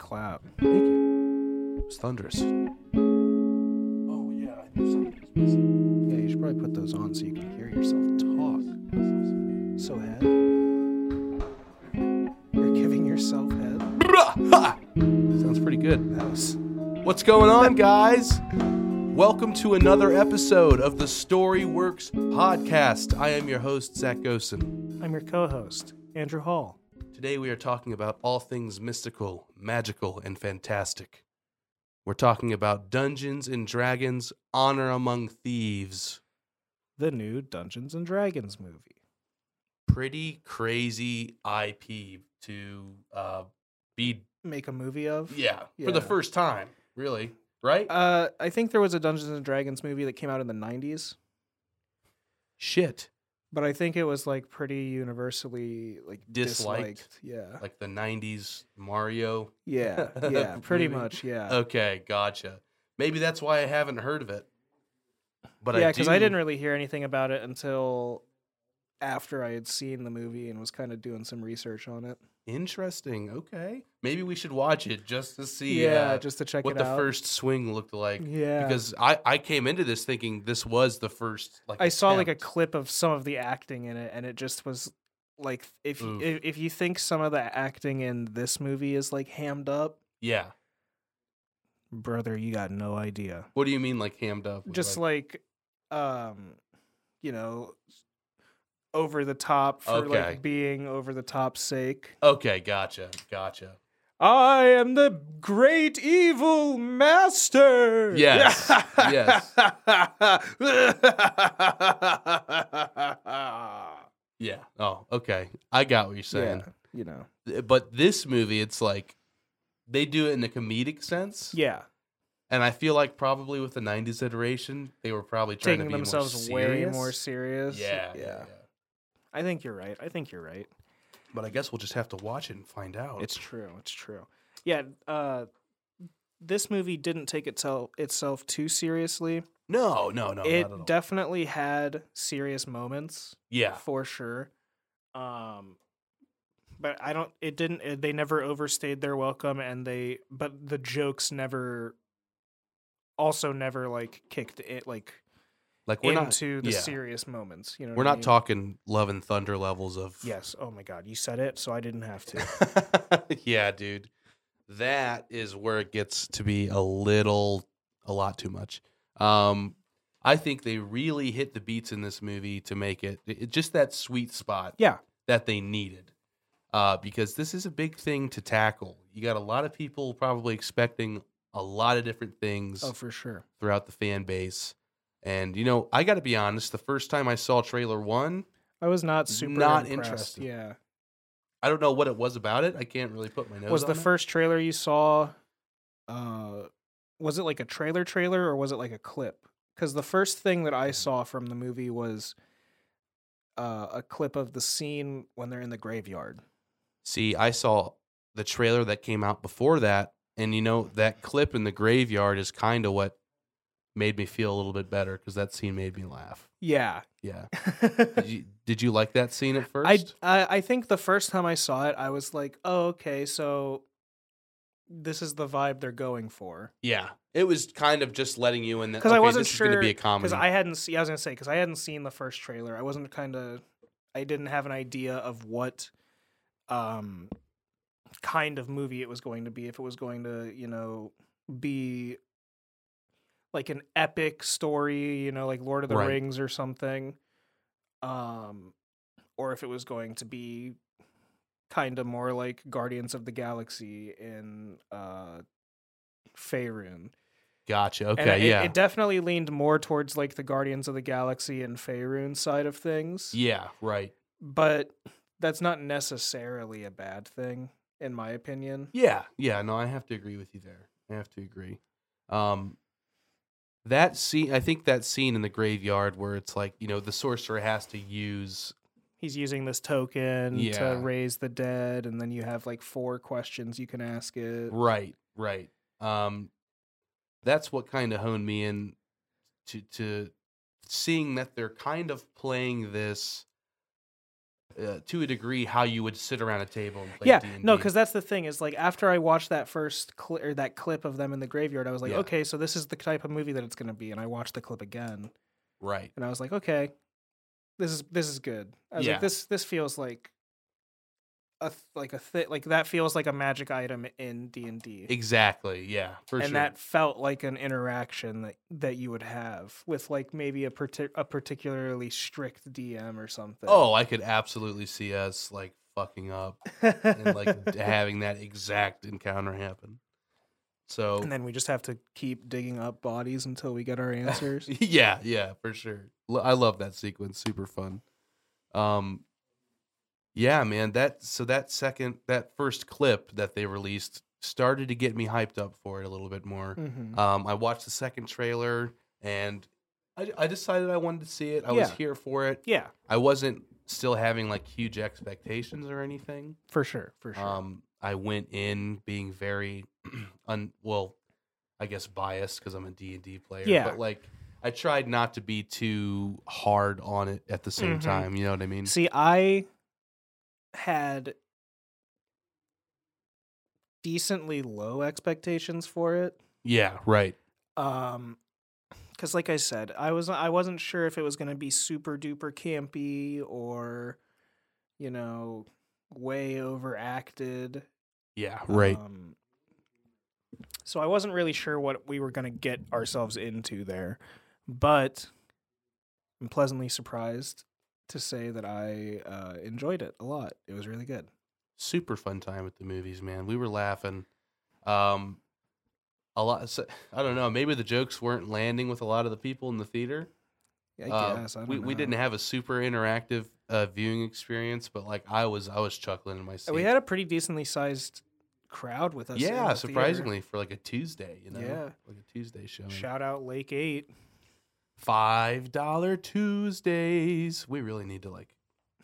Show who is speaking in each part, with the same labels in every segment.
Speaker 1: clap. Thank you. It was thunderous. Oh, yeah, I knew something was missing. Yeah, you should probably put those on so you can hear yourself talk. So, head. You're giving yourself head.
Speaker 2: Sounds pretty good.
Speaker 1: That was.
Speaker 2: What's going on, guys? Welcome to another episode of the Story Works podcast. I am your host, Zach Gosen.
Speaker 1: I'm your co host, Andrew Hall.
Speaker 2: Today we are talking about all things mystical, magical, and fantastic. We're talking about Dungeons and Dragons Honor Among Thieves.
Speaker 1: The new Dungeons and Dragons movie.
Speaker 2: Pretty crazy IP to uh, be,
Speaker 1: Make a movie of?
Speaker 2: yeah, for the
Speaker 1: Yeah.
Speaker 2: first time, really, right?
Speaker 1: Uh, I think there was a Dungeons and Dragons movie that came out in the 90s,
Speaker 2: Shit.
Speaker 1: but I think it was like pretty universally like
Speaker 2: Disliked.
Speaker 1: disliked. Yeah.
Speaker 2: Like the 90s Mario
Speaker 1: Yeah. Yeah. pretty
Speaker 2: Movie.
Speaker 1: much. Yeah.
Speaker 2: Okay, gotcha. Maybe that's why I haven't heard of it. But
Speaker 1: yeah,
Speaker 2: I
Speaker 1: I
Speaker 2: do-
Speaker 1: didn't really hear anything about it until after I had seen the movie and was kind of doing some research on it.
Speaker 2: Interesting. Okay, maybe we should watch it just to see.
Speaker 1: yeah,
Speaker 2: uh,
Speaker 1: just to check
Speaker 2: what
Speaker 1: it
Speaker 2: the
Speaker 1: out.
Speaker 2: first swing looked like.
Speaker 1: yeah,
Speaker 2: Because I I came into this thinking this was the first. Like
Speaker 1: I saw like a
Speaker 2: attempt.
Speaker 1: clip of some of the acting in it, and it just was like if you,
Speaker 2: Oof.
Speaker 1: if, if you think some of the acting in this movie is like hammed up,
Speaker 2: yeah.
Speaker 1: brother, you got no idea.
Speaker 2: What do you mean like hammed up?
Speaker 1: Just like, um, you know, over the top for
Speaker 2: Okay.
Speaker 1: like being over the top's sake.
Speaker 2: okay, gotcha, gotcha.
Speaker 1: I am the great evil master.
Speaker 2: Yes. Yes. Yeah. Oh, okay. I got what you're saying.
Speaker 1: Yeah, you know.
Speaker 2: Th- But this movie, it's like they do it in a comedic sense.
Speaker 1: Yeah.
Speaker 2: And I feel like probably with the '90s iteration, they were probably trying
Speaker 1: Taking
Speaker 2: to be
Speaker 1: themselves
Speaker 2: more serious.
Speaker 1: way more serious.
Speaker 2: Yeah, yeah,
Speaker 1: Yeah.
Speaker 2: yeah.
Speaker 1: I think you're right. I think you're right.
Speaker 2: But I guess we'll just have to watch it and find out.
Speaker 1: It's true. It's true. Yeah. Uh, this movie didn't take itself itself too seriously.
Speaker 2: no, no, no. not at all.
Speaker 1: it definitely had serious moments.
Speaker 2: yeah,
Speaker 1: for sure. Um, but I don't. It didn't. It, they never overstayed their welcome, and they. But the jokes never. Also, never like kicked it like
Speaker 2: like we're not
Speaker 1: into the
Speaker 2: yeah.
Speaker 1: serious moments. You know,
Speaker 2: we're
Speaker 1: what I
Speaker 2: not
Speaker 1: mean?
Speaker 2: talking love and thunder levels of
Speaker 1: Yes. Oh my God, you said it, so I didn't have to.
Speaker 2: yeah, dude. That is where it gets to be a little, a lot too much. Um, I think they really hit the beats in this movie to make it, it just that sweet spot.
Speaker 1: Yeah.
Speaker 2: that they needed. Uh, because this is a big thing to tackle. You got a lot of people probably expecting a lot of different things
Speaker 1: oh, for sure.
Speaker 2: throughout the fan base. And you know, I got to be honest. The first time I saw trailer one,
Speaker 1: I was not super
Speaker 2: Not
Speaker 1: impressed.
Speaker 2: interested.
Speaker 1: Yeah.
Speaker 2: I don't know what it was about it. I can't really put my nose.
Speaker 1: was the
Speaker 2: on it.
Speaker 1: first trailer you saw? Uh, was it like a trailer trailer or was it like a clip? Because the first thing that
Speaker 2: Mm.
Speaker 1: I saw from the movie was uh, a clip of the scene when they're in the graveyard.
Speaker 2: See, I saw the trailer that came out before that, and you know that clip in the graveyard is kind of what made me feel a little bit better because that scene made me laugh.
Speaker 1: Yeah,
Speaker 2: Yeah. Did
Speaker 1: I,
Speaker 2: you, did you like that scene at first?
Speaker 1: I I think the first time I saw it, I was like, oh okay, so this is the vibe they're going for.
Speaker 2: yeah. It was kind of just letting you in that
Speaker 1: 'Cause I
Speaker 2: okay,
Speaker 1: wasn't
Speaker 2: this is going to be
Speaker 1: sure-
Speaker 2: a comedy.
Speaker 1: Because I hadn't see, I was gonna say because I hadn't seen the first trailer. I wasn't kind of, I didn't have an idea of what, um, kind of movie it was going to be. If it was going to, you know, be like an epic story, you know, like Lord of the
Speaker 2: Right.
Speaker 1: Rings or something, um, or if it was going to be kind of more like Guardians of the Galaxy in uh, Faerun.
Speaker 2: gotcha.
Speaker 1: And
Speaker 2: Okay.
Speaker 1: it,
Speaker 2: yeah.
Speaker 1: It definitely leaned more towards like the Guardians of the Galaxy and Faerun side of things.
Speaker 2: yeah. Right.
Speaker 1: But that's not necessarily a bad thing, in my opinion.
Speaker 2: Yeah, yeah, no, I have to agree with you there. I have to agree. Um that scene I think that scene in the graveyard where it's like, you know, the sorcerer has to use
Speaker 1: He's using this token
Speaker 2: Yeah.
Speaker 1: to raise the dead, and then you have like four questions you can ask it.
Speaker 2: right, right. Um that's what kind of honed me in to to seeing that they're kind of playing this uh, to a degree how you would sit around a table and play
Speaker 1: yeah,
Speaker 2: D&D.
Speaker 1: no, because that's the thing is like after I watched that first cli or that clip of them in the graveyard, I was like,
Speaker 2: Yeah.
Speaker 1: okay, so this is the type of movie that it's going to be, and I watched the clip again,
Speaker 2: right.
Speaker 1: and I was like, okay, this is this is good. I was
Speaker 2: Yeah.
Speaker 1: like, this this feels like a th- like a thi- like that feels like a magic item in D and D.
Speaker 2: Exactly. Yeah. For
Speaker 1: and
Speaker 2: sure.
Speaker 1: that felt like an interaction that, that you would have with like maybe a partic- a particularly strict DM or something.
Speaker 2: oh, I could absolutely see us like fucking up and like d- having that exact encounter happen. So
Speaker 1: and then we just have to keep digging up bodies until we get our answers.
Speaker 2: yeah, yeah, for sure. Lo- I love that sequence. Super fun. Um, yeah, man. That so that second that first clip that they released started to get me hyped up for it a little bit more.
Speaker 1: hmm
Speaker 2: Um, I watched the second trailer and I, I decided I wanted to see it. I was
Speaker 1: Yeah.
Speaker 2: here for it.
Speaker 1: Yeah,
Speaker 2: I wasn't still having like huge expectations or anything.
Speaker 1: for sure, for sure.
Speaker 2: Um, I went in being very, un- well, I guess biased because I'm a D and D player.
Speaker 1: Yeah.
Speaker 2: but like I tried not to be too hard on it at the same
Speaker 1: Mhm.
Speaker 2: time. You know what I mean?
Speaker 1: See, I had decently low expectations for it.
Speaker 2: Yeah, right.
Speaker 1: um because like i said i was i wasn't sure if it was going to be super duper campy or you know way overacted
Speaker 2: Yeah, right.
Speaker 1: um, so i wasn't really sure what we were going to get ourselves into there but i'm pleasantly surprised to say that i uh, enjoyed it a lot it was really good
Speaker 2: super fun time at the movies, man. We were laughing. Um, a lot. So, I don't know. Maybe the jokes weren't landing with a lot of the people in the theater.
Speaker 1: i
Speaker 2: Uh,
Speaker 1: guess I
Speaker 2: we
Speaker 1: don't
Speaker 2: we
Speaker 1: know.
Speaker 2: didn't have a super interactive uh, viewing experience, but like I was I was chuckling in my seat.
Speaker 1: we had a pretty decently sized crowd with us in the
Speaker 2: yeah,
Speaker 1: theater.
Speaker 2: surprisingly for like a Tuesday, you know,
Speaker 1: Yeah.
Speaker 2: like a Tuesday show.
Speaker 1: shout out lake 8
Speaker 2: Five dollar Tuesdays. We really need to like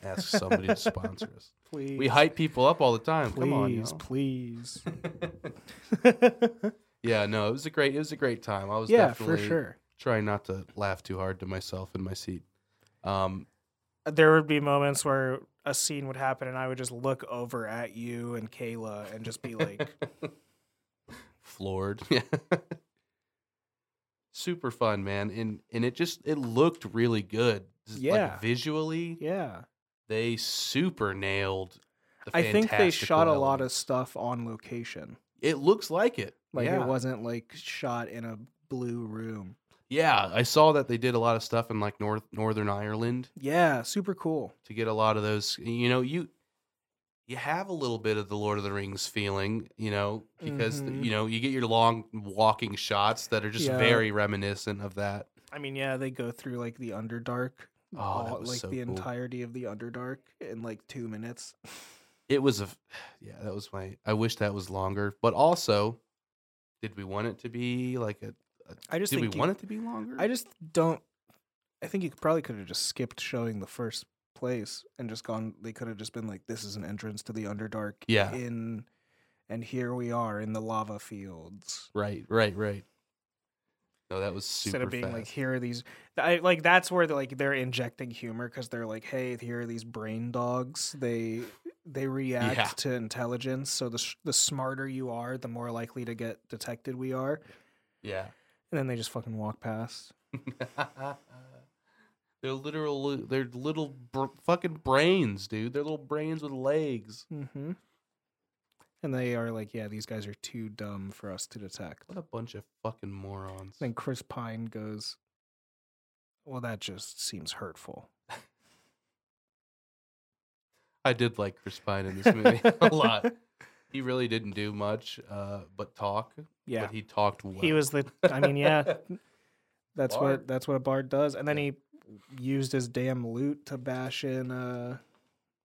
Speaker 2: ask somebody to sponsor us.
Speaker 1: Please.
Speaker 2: We hype people up all the time. Come on,
Speaker 1: please,
Speaker 2: y'all.
Speaker 1: please.
Speaker 2: yeah, no, it was a great it was a great time. I was
Speaker 1: yeah, for
Speaker 2: definitely
Speaker 1: sure.
Speaker 2: trying not to laugh too hard to myself in my seat. Um,
Speaker 1: There would be moments where a scene would happen and I would just look over at you and Kayla and just be like,
Speaker 2: floored. Yeah. Super fun, man. And and it just it looked really good. Just, like,
Speaker 1: Yeah.
Speaker 2: visually,
Speaker 1: yeah.
Speaker 2: they super nailed the
Speaker 1: I think they
Speaker 2: fantastical
Speaker 1: shot a lot of
Speaker 2: elements.
Speaker 1: stuff on location.
Speaker 2: It looks like it.
Speaker 1: Like
Speaker 2: yeah.
Speaker 1: it wasn't like shot in a blue room.
Speaker 2: Yeah, I saw that they did a lot of stuff in like North Northern Ireland
Speaker 1: Yeah, super cool.
Speaker 2: to get a lot of those, you know, you you have a little bit of the Lord of the Rings feeling, you know, because
Speaker 1: Mhm.
Speaker 2: you know, you get your long walking shots that are just
Speaker 1: Yeah.
Speaker 2: very reminiscent of that.
Speaker 1: I mean, yeah, they go through like the Underdark,
Speaker 2: Oh, that was
Speaker 1: like
Speaker 2: so
Speaker 1: the
Speaker 2: cool.
Speaker 1: entirety of the Underdark in like two minutes.
Speaker 2: It was a yeah, that was my I wish that was longer, but also did we want it to be like a
Speaker 1: I just
Speaker 2: did we
Speaker 1: think you-
Speaker 2: want it to be longer?
Speaker 1: I just don't. I think you could- probably could have just skipped showing the first place and just gone. They could have just been like, "This is an entrance to the Underdark."
Speaker 2: Yeah.
Speaker 1: In, and here we are in the lava fields.
Speaker 2: Right, right, right. No, that was super
Speaker 1: Instead of being like,
Speaker 2: fast.
Speaker 1: "Here are these," I like that's where they're like they're injecting humor because they're like, "Hey, here are these brain dogs. They they react
Speaker 2: Yeah.
Speaker 1: to intelligence. So the sh- the smarter you are, the more likely to get detected we are."
Speaker 2: yeah.
Speaker 1: And then they just fucking walk past.
Speaker 2: they're literal. They're little br- fucking brains, dude. They're little brains with legs.
Speaker 1: Mm-hmm. And they are like, yeah, these guys are too dumb for us to detect.
Speaker 2: What a bunch of fucking morons.
Speaker 1: Then Chris Pine goes, well, that just seems hurtful.
Speaker 2: I did like Chris Pine in this movie a lot. He really didn't do much, uh, but talk.
Speaker 1: Yeah,
Speaker 2: But he talked well.
Speaker 1: he was the. I mean, yeah, that's
Speaker 2: Bard.
Speaker 1: what that's what a bard does. And then he used his damn loot to bash in, uh,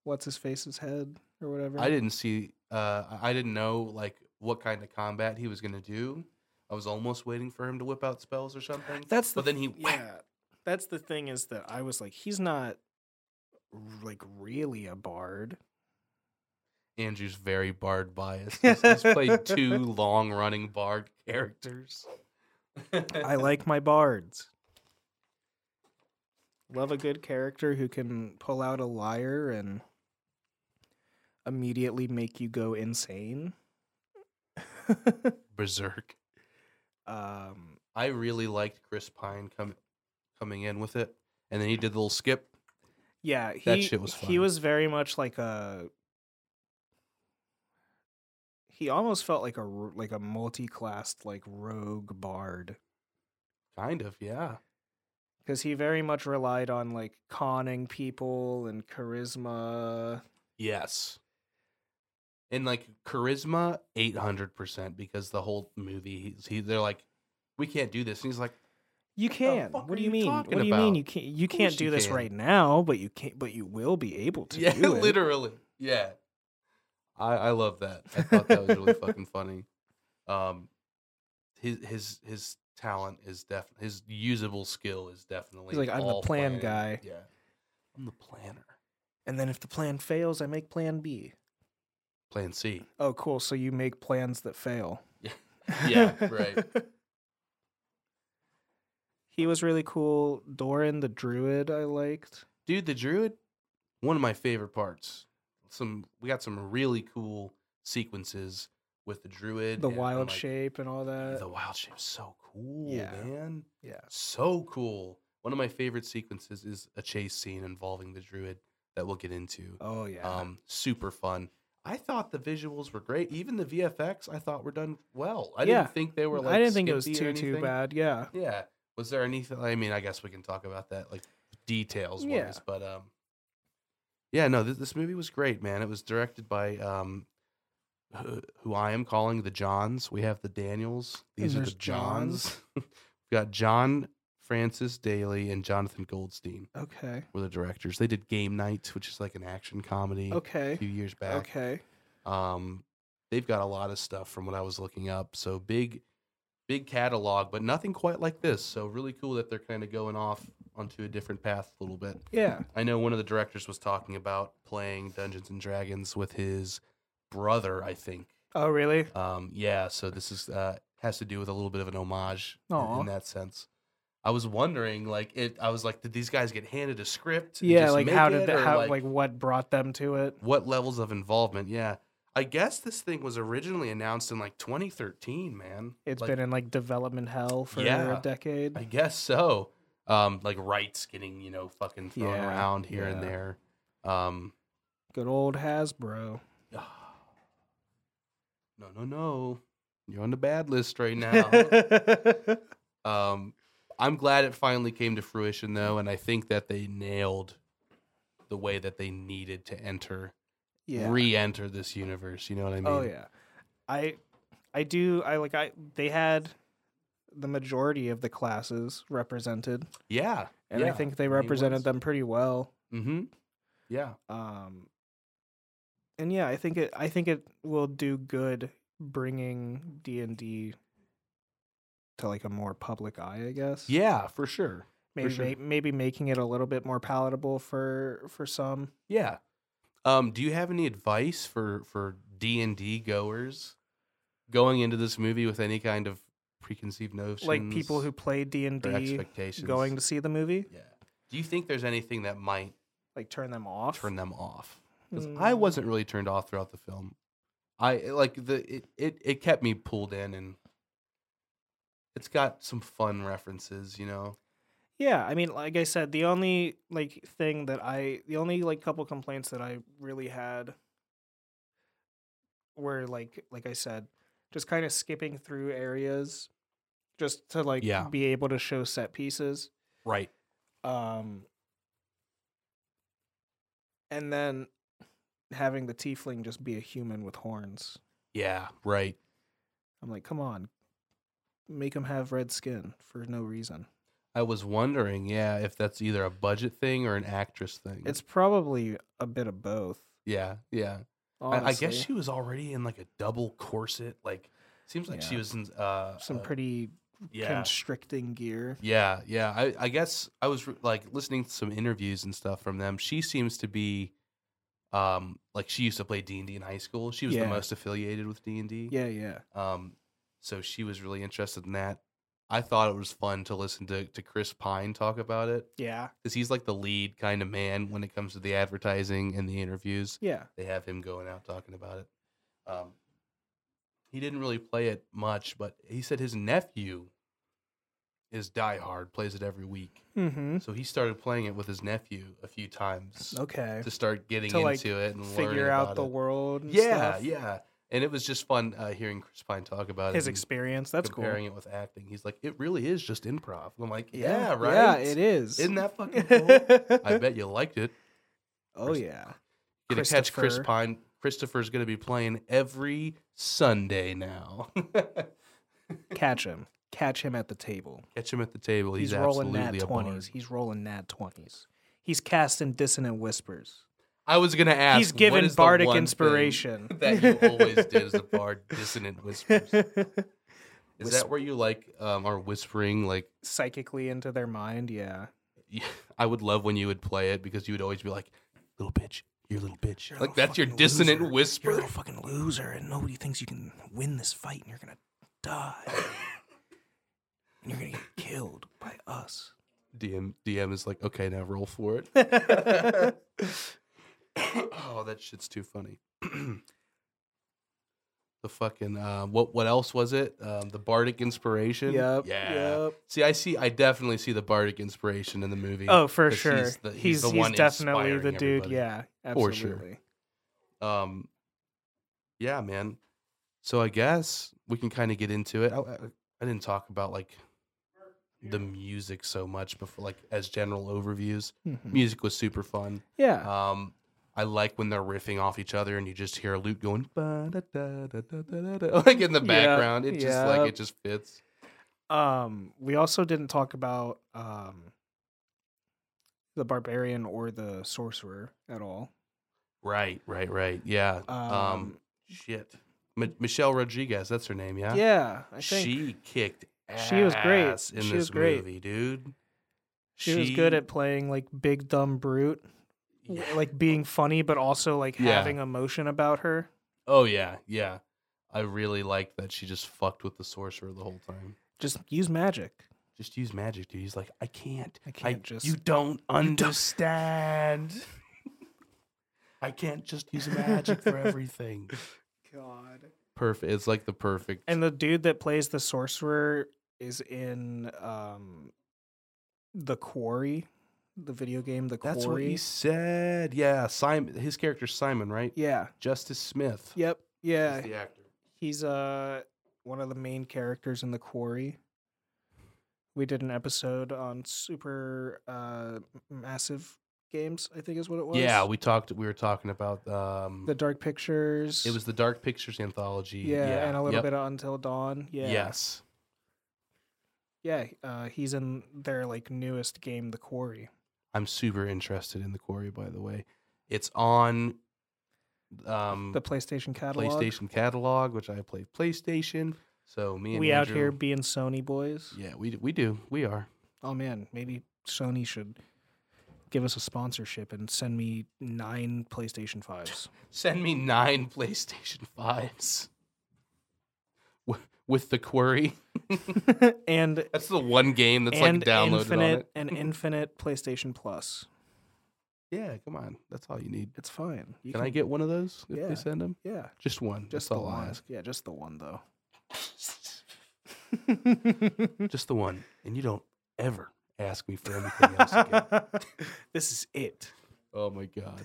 Speaker 1: what's his face's head or whatever.
Speaker 2: I didn't see. Uh, I- I didn't know like what kind of combat he was gonna do. I was almost waiting for him to whip out spells or something.
Speaker 1: That's the
Speaker 2: but then he whack.
Speaker 1: yeah. That's the thing is that I was like, he's not like really a bard.
Speaker 2: Andrew's very bard biased. He's, he's played two long running bard characters.
Speaker 1: I like my bards. Love a good character who can pull out a liar and immediately make you go insane.
Speaker 2: Berserk.
Speaker 1: um,
Speaker 2: I really liked Chris Pine coming coming in with it, and then he did the little skip.
Speaker 1: yeah, he,
Speaker 2: That shit was
Speaker 1: he
Speaker 2: fun.
Speaker 1: was very much like a. He almost felt like a r- like a multi-classed like rogue bard
Speaker 2: Kind of, yeah.
Speaker 1: because he very much relied on like conning people and charisma.
Speaker 2: Yes. And like charisma, eight hundred percent, because the whole movie, he's, he they're like, we can't do this, and he's like,
Speaker 1: You can.
Speaker 2: fuck
Speaker 1: What
Speaker 2: are
Speaker 1: do you
Speaker 2: you
Speaker 1: mean? What
Speaker 2: talking
Speaker 1: do you mean
Speaker 2: about?
Speaker 1: you can't? You
Speaker 2: course
Speaker 1: can't do
Speaker 2: you
Speaker 1: this
Speaker 2: can.
Speaker 1: right now, but you can't. But you will be able to.
Speaker 2: yeah,
Speaker 1: do it.
Speaker 2: literally, yeah. I I love that. I thought that was really fucking funny. Um, his his his talent is def his usable skill is definitely.
Speaker 1: He's like, "I'm the
Speaker 2: all
Speaker 1: plan
Speaker 2: planning."
Speaker 1: guy.
Speaker 2: Yeah, I'm the planner.
Speaker 1: And then if the plan fails, I make plan B.
Speaker 2: Plan C.
Speaker 1: Oh, cool. So you make plans that fail.
Speaker 2: Yeah. Yeah, right.
Speaker 1: he was really cool. Doran the Druid, I liked.
Speaker 2: dude the druid one of my favorite parts some we got some really cool sequences with the druid
Speaker 1: The
Speaker 2: and I'm
Speaker 1: wild
Speaker 2: like,
Speaker 1: shape and all that.
Speaker 2: the wild shape's so cool
Speaker 1: Uh, Yeah.
Speaker 2: man
Speaker 1: yeah.
Speaker 2: so cool one of my favorite sequences is a chase scene involving the druid that we'll get into
Speaker 1: Oh yeah.
Speaker 2: um super fun i thought the visuals were great even the vfx i thought were done well i
Speaker 1: Yeah.
Speaker 2: didn't think they were like
Speaker 1: I didn't think it was
Speaker 2: skimpy or
Speaker 1: too too
Speaker 2: anything.
Speaker 1: bad. Yeah.
Speaker 2: yeah was there anything i mean i guess we can talk about that like details wise
Speaker 1: Yeah.
Speaker 2: but um yeah no this, this movie was great man it was directed by um who, who i am calling the johns we have the daniels
Speaker 1: And
Speaker 2: these are the
Speaker 1: there's
Speaker 2: johns we got john francis daly and jonathan goldstein
Speaker 1: Okay.
Speaker 2: were the directors they did game night which is like an action comedy a
Speaker 1: Okay.
Speaker 2: few years back
Speaker 1: Okay.
Speaker 2: um, they've got a lot of stuff from what I was looking up. So big, big catalog, but nothing quite like this. So really cool that they're kind of going off onto a different path a little bit.
Speaker 1: Yeah.
Speaker 2: I know one of the directors was talking about playing Dungeons and Dragons with his brother. I think.
Speaker 1: Oh really?
Speaker 2: Um, yeah. So this is uh, has to do with a little bit of an homage in,
Speaker 1: Aw.
Speaker 2: in that sense. I was wondering, like, it. I was like, did these guys get handed a script? and
Speaker 1: Yeah.
Speaker 2: just
Speaker 1: Like
Speaker 2: make
Speaker 1: how
Speaker 2: it,
Speaker 1: did
Speaker 2: or,
Speaker 1: that, how like what brought them to it?
Speaker 2: what levels of involvement yeah i guess this thing was originally announced in like 2013 man
Speaker 1: It's
Speaker 2: It's
Speaker 1: been in like development hell for
Speaker 2: Yeah.
Speaker 1: a decade.
Speaker 2: i guess so um like rights getting you know fucking thrown
Speaker 1: Yeah,
Speaker 2: around here and
Speaker 1: yeah.
Speaker 2: there um
Speaker 1: Good old Hasbro.
Speaker 2: no no no you're on the bad list right now
Speaker 1: yeah.
Speaker 2: um i'm glad it finally came to fruition though and i think that they nailed the way that they needed to enter re-enter this universe you know what i mean
Speaker 1: oh yeah. I I do I like I they had the majority of the classes represented
Speaker 2: yeah
Speaker 1: and I
Speaker 2: yeah.
Speaker 1: think they
Speaker 2: mean, it
Speaker 1: represented
Speaker 2: was-
Speaker 1: them pretty well.
Speaker 2: mm-hmm yeah
Speaker 1: Um and yeah, I think it I think it will do good bringing D&D to like a more public eye, I guess.
Speaker 2: Yeah, for sure.
Speaker 1: maybe
Speaker 2: sure.
Speaker 1: ma- maybe making it a little bit more palatable for for some.
Speaker 2: Yeah. Um, do you have any advice for for D and D goers going into this movie with any kind of preconceived notions,
Speaker 1: like people who play D and
Speaker 2: or
Speaker 1: D
Speaker 2: expectations
Speaker 1: going to see the movie,
Speaker 2: Yeah. Do you think there's anything that might
Speaker 1: like turn them off.
Speaker 2: turn them off? Because I
Speaker 1: Mm,
Speaker 2: wasn't really turned off throughout the film. I like the it, it it kept me pulled in and it's got some fun references, you know.
Speaker 1: Yeah, I mean, like I said, the only like thing that I, the only like couple complaints that I really had were like, like I said, just kind of skipping through areas, just to like
Speaker 2: Yeah.
Speaker 1: be able to show set pieces.
Speaker 2: Right.
Speaker 1: Um, and then having the tiefling just be a human with horns.
Speaker 2: Yeah, right.
Speaker 1: I'm like, come on, make him have red skin for no reason.
Speaker 2: I was wondering, yeah, if that's either a budget thing or an actress thing.
Speaker 1: It's probably a bit of both.
Speaker 2: Yeah, yeah. I, I
Speaker 1: Honestly.
Speaker 2: guess she was already in like a double corset. Like, seems like she
Speaker 1: Yeah.
Speaker 2: was in uh,
Speaker 1: some
Speaker 2: uh,
Speaker 1: pretty
Speaker 2: yeah,
Speaker 1: constricting gear.
Speaker 2: yeah, yeah. I, I guess I was re- like listening to some interviews and stuff from them. She seems to be, um, like she used to play D and D in high school. She was
Speaker 1: Yeah.
Speaker 2: the most affiliated with D and D.
Speaker 1: Yeah, yeah.
Speaker 2: Um, so she was really interested in that. I thought it was fun to listen to, to Chris Pine talk about it
Speaker 1: Yeah.
Speaker 2: because he's like the lead kind of man when it comes to the advertising and the interviews.
Speaker 1: Yeah.
Speaker 2: They have him going out talking about it. Um, he didn't really play it much, but he said his nephew is diehard, plays it every week.
Speaker 1: Mm-hmm.
Speaker 2: So he started playing it with his nephew a few times
Speaker 1: Okay.
Speaker 2: to start getting
Speaker 1: To,
Speaker 2: into
Speaker 1: like,
Speaker 2: it and learning
Speaker 1: Figure out
Speaker 2: about
Speaker 1: the
Speaker 2: it.
Speaker 1: world. And
Speaker 2: Yeah,
Speaker 1: stuff.
Speaker 2: yeah. And it was just fun uh, hearing Chris Pine talk about
Speaker 1: His
Speaker 2: it. and
Speaker 1: experience. That's cool.
Speaker 2: comparing it with acting. He's like, it really is just improv. And I'm like, yeah, right.
Speaker 1: Yeah, it is.
Speaker 2: Isn't that fucking cool? I bet you liked it.
Speaker 1: oh yeah.
Speaker 2: Gonna catch Chris
Speaker 1: Christopher.
Speaker 2: Pine. Christopher's gonna be playing every Sunday now.
Speaker 1: Catch him. Catch him at the table.
Speaker 2: catch him at the table. He's,
Speaker 1: He's, rolling nat
Speaker 2: absolutely a bard.
Speaker 1: twenties. He's rolling nat twenties. He's casting dissonant whispers.
Speaker 2: I was gonna ask.
Speaker 1: He's
Speaker 2: what
Speaker 1: given
Speaker 2: is the
Speaker 1: bardic
Speaker 2: one thing
Speaker 1: inspiration.
Speaker 2: that you always did as a bard. Dissonant whispers. Is
Speaker 1: Whisper.
Speaker 2: that where you like um, are whispering? Like,
Speaker 1: Psychically into their mind, yeah.
Speaker 2: I would love when you would play it because you would always be like, "Little bitch, you're a little bitch."
Speaker 1: You're a
Speaker 2: like
Speaker 1: little
Speaker 2: that's your
Speaker 1: fucking
Speaker 2: dissonant
Speaker 1: loser.
Speaker 2: whisper.
Speaker 1: fucking loser, and nobody thinks you can win this fight, and you're gonna die. and you're gonna get killed by us.
Speaker 2: DM DM is like, okay, now roll for it. oh, that shit's too funny. the fucking uh, what? What else was it? Um, the bardic inspiration.
Speaker 1: Yep.
Speaker 2: Yeah.
Speaker 1: Yep.
Speaker 2: See, I see. I definitely see the bardic inspiration in the movie.
Speaker 1: Oh, for
Speaker 2: 'cause
Speaker 1: sure.
Speaker 2: he's
Speaker 1: He's
Speaker 2: the- he's
Speaker 1: he's,
Speaker 2: the one
Speaker 1: definitely the
Speaker 2: inspiring
Speaker 1: dude.
Speaker 2: everybody.
Speaker 1: Yeah,
Speaker 2: For
Speaker 1: absolutely.
Speaker 2: sure. Um, yeah, man. So I guess we can kind of get into it. I, I, I didn't talk about like the music so much before, like as general overviews.
Speaker 1: Mhm.
Speaker 2: Music was super fun.
Speaker 1: Yeah.
Speaker 2: Um, I like when they're riffing off each other and you just hear a loop going "Ba da da da da da da da," like in the
Speaker 1: Yeah,
Speaker 2: background. It just
Speaker 1: yeah.
Speaker 2: like it just fits.
Speaker 1: Um, we also didn't talk about um the barbarian or the sorcerer at all.
Speaker 2: Right, right, right. Yeah. Um,
Speaker 1: Um,
Speaker 2: shit. Mi- Michelle Rodriguez, that's her name. Yeah.
Speaker 1: yeah, I think
Speaker 2: She kicked ass.
Speaker 1: She was great.
Speaker 2: in
Speaker 1: She
Speaker 2: this
Speaker 1: was great.
Speaker 2: movie, dude.
Speaker 1: she, was good at playing like big dumb brute, w-
Speaker 2: Yeah.
Speaker 1: like being funny, but also like
Speaker 2: Yeah.
Speaker 1: having emotion about her.
Speaker 2: Oh yeah, yeah. I really liked that she just fucked with the sorcerer the whole time.
Speaker 1: Just use magic.
Speaker 2: Just use magic, dude. He's like, I can't.
Speaker 1: I can't just
Speaker 2: You don't understand. I can't just use magic for everything.
Speaker 1: God.
Speaker 2: Perfect. It's like the perfect.
Speaker 1: And the dude that plays the sorcerer is in um the quarry, the video game, the
Speaker 2: that's what
Speaker 1: quarry.
Speaker 2: he said. Yeah, Simon. His character's Simon, right?
Speaker 1: yeah.
Speaker 2: Justice Smith.
Speaker 1: Yep. Yeah.
Speaker 2: is the actor.
Speaker 1: He's uh one of the main characters in the quarry. We did an episode on super uh massive games, I think is what it was.
Speaker 2: Yeah, we talked. We were talking about um,
Speaker 1: the dark pictures.
Speaker 2: It was the Dark Pictures anthology.
Speaker 1: yeah, and a little
Speaker 2: Yep.
Speaker 1: bit of Until Dawn. Yeah.
Speaker 2: Yes.
Speaker 1: Yeah. Uh he's in their like newest game, The Quarry.
Speaker 2: I'm super interested in the quarry, by the way. It's on um
Speaker 1: The PlayStation catalog.
Speaker 2: PlayStation catalog, which I play PlayStation. So me and
Speaker 1: we out
Speaker 2: Andrew-
Speaker 1: here being Sony boys.
Speaker 2: Yeah, we we do. We are.
Speaker 1: Oh man, maybe Sony should give us a sponsorship and send me nine PlayStation fives.
Speaker 2: Send me nine PlayStation fives. W- With the query.
Speaker 1: and
Speaker 2: That's the one game that's like
Speaker 1: and
Speaker 2: downloaded
Speaker 1: infinite
Speaker 2: on it. Mm-hmm.
Speaker 1: and infinite PlayStation Plus.
Speaker 2: Yeah, come on. That's all you need.
Speaker 1: It's fine. You
Speaker 2: Can I get one of those if
Speaker 1: Yeah.
Speaker 2: they send them?
Speaker 1: Yeah,
Speaker 2: Just one.
Speaker 1: just
Speaker 2: that's
Speaker 1: the
Speaker 2: all I
Speaker 1: one.
Speaker 2: ask.
Speaker 1: Yeah, just the one though.
Speaker 2: Just the one. And you don't ever ask me for anything else again.
Speaker 1: this is it.
Speaker 2: Oh my god!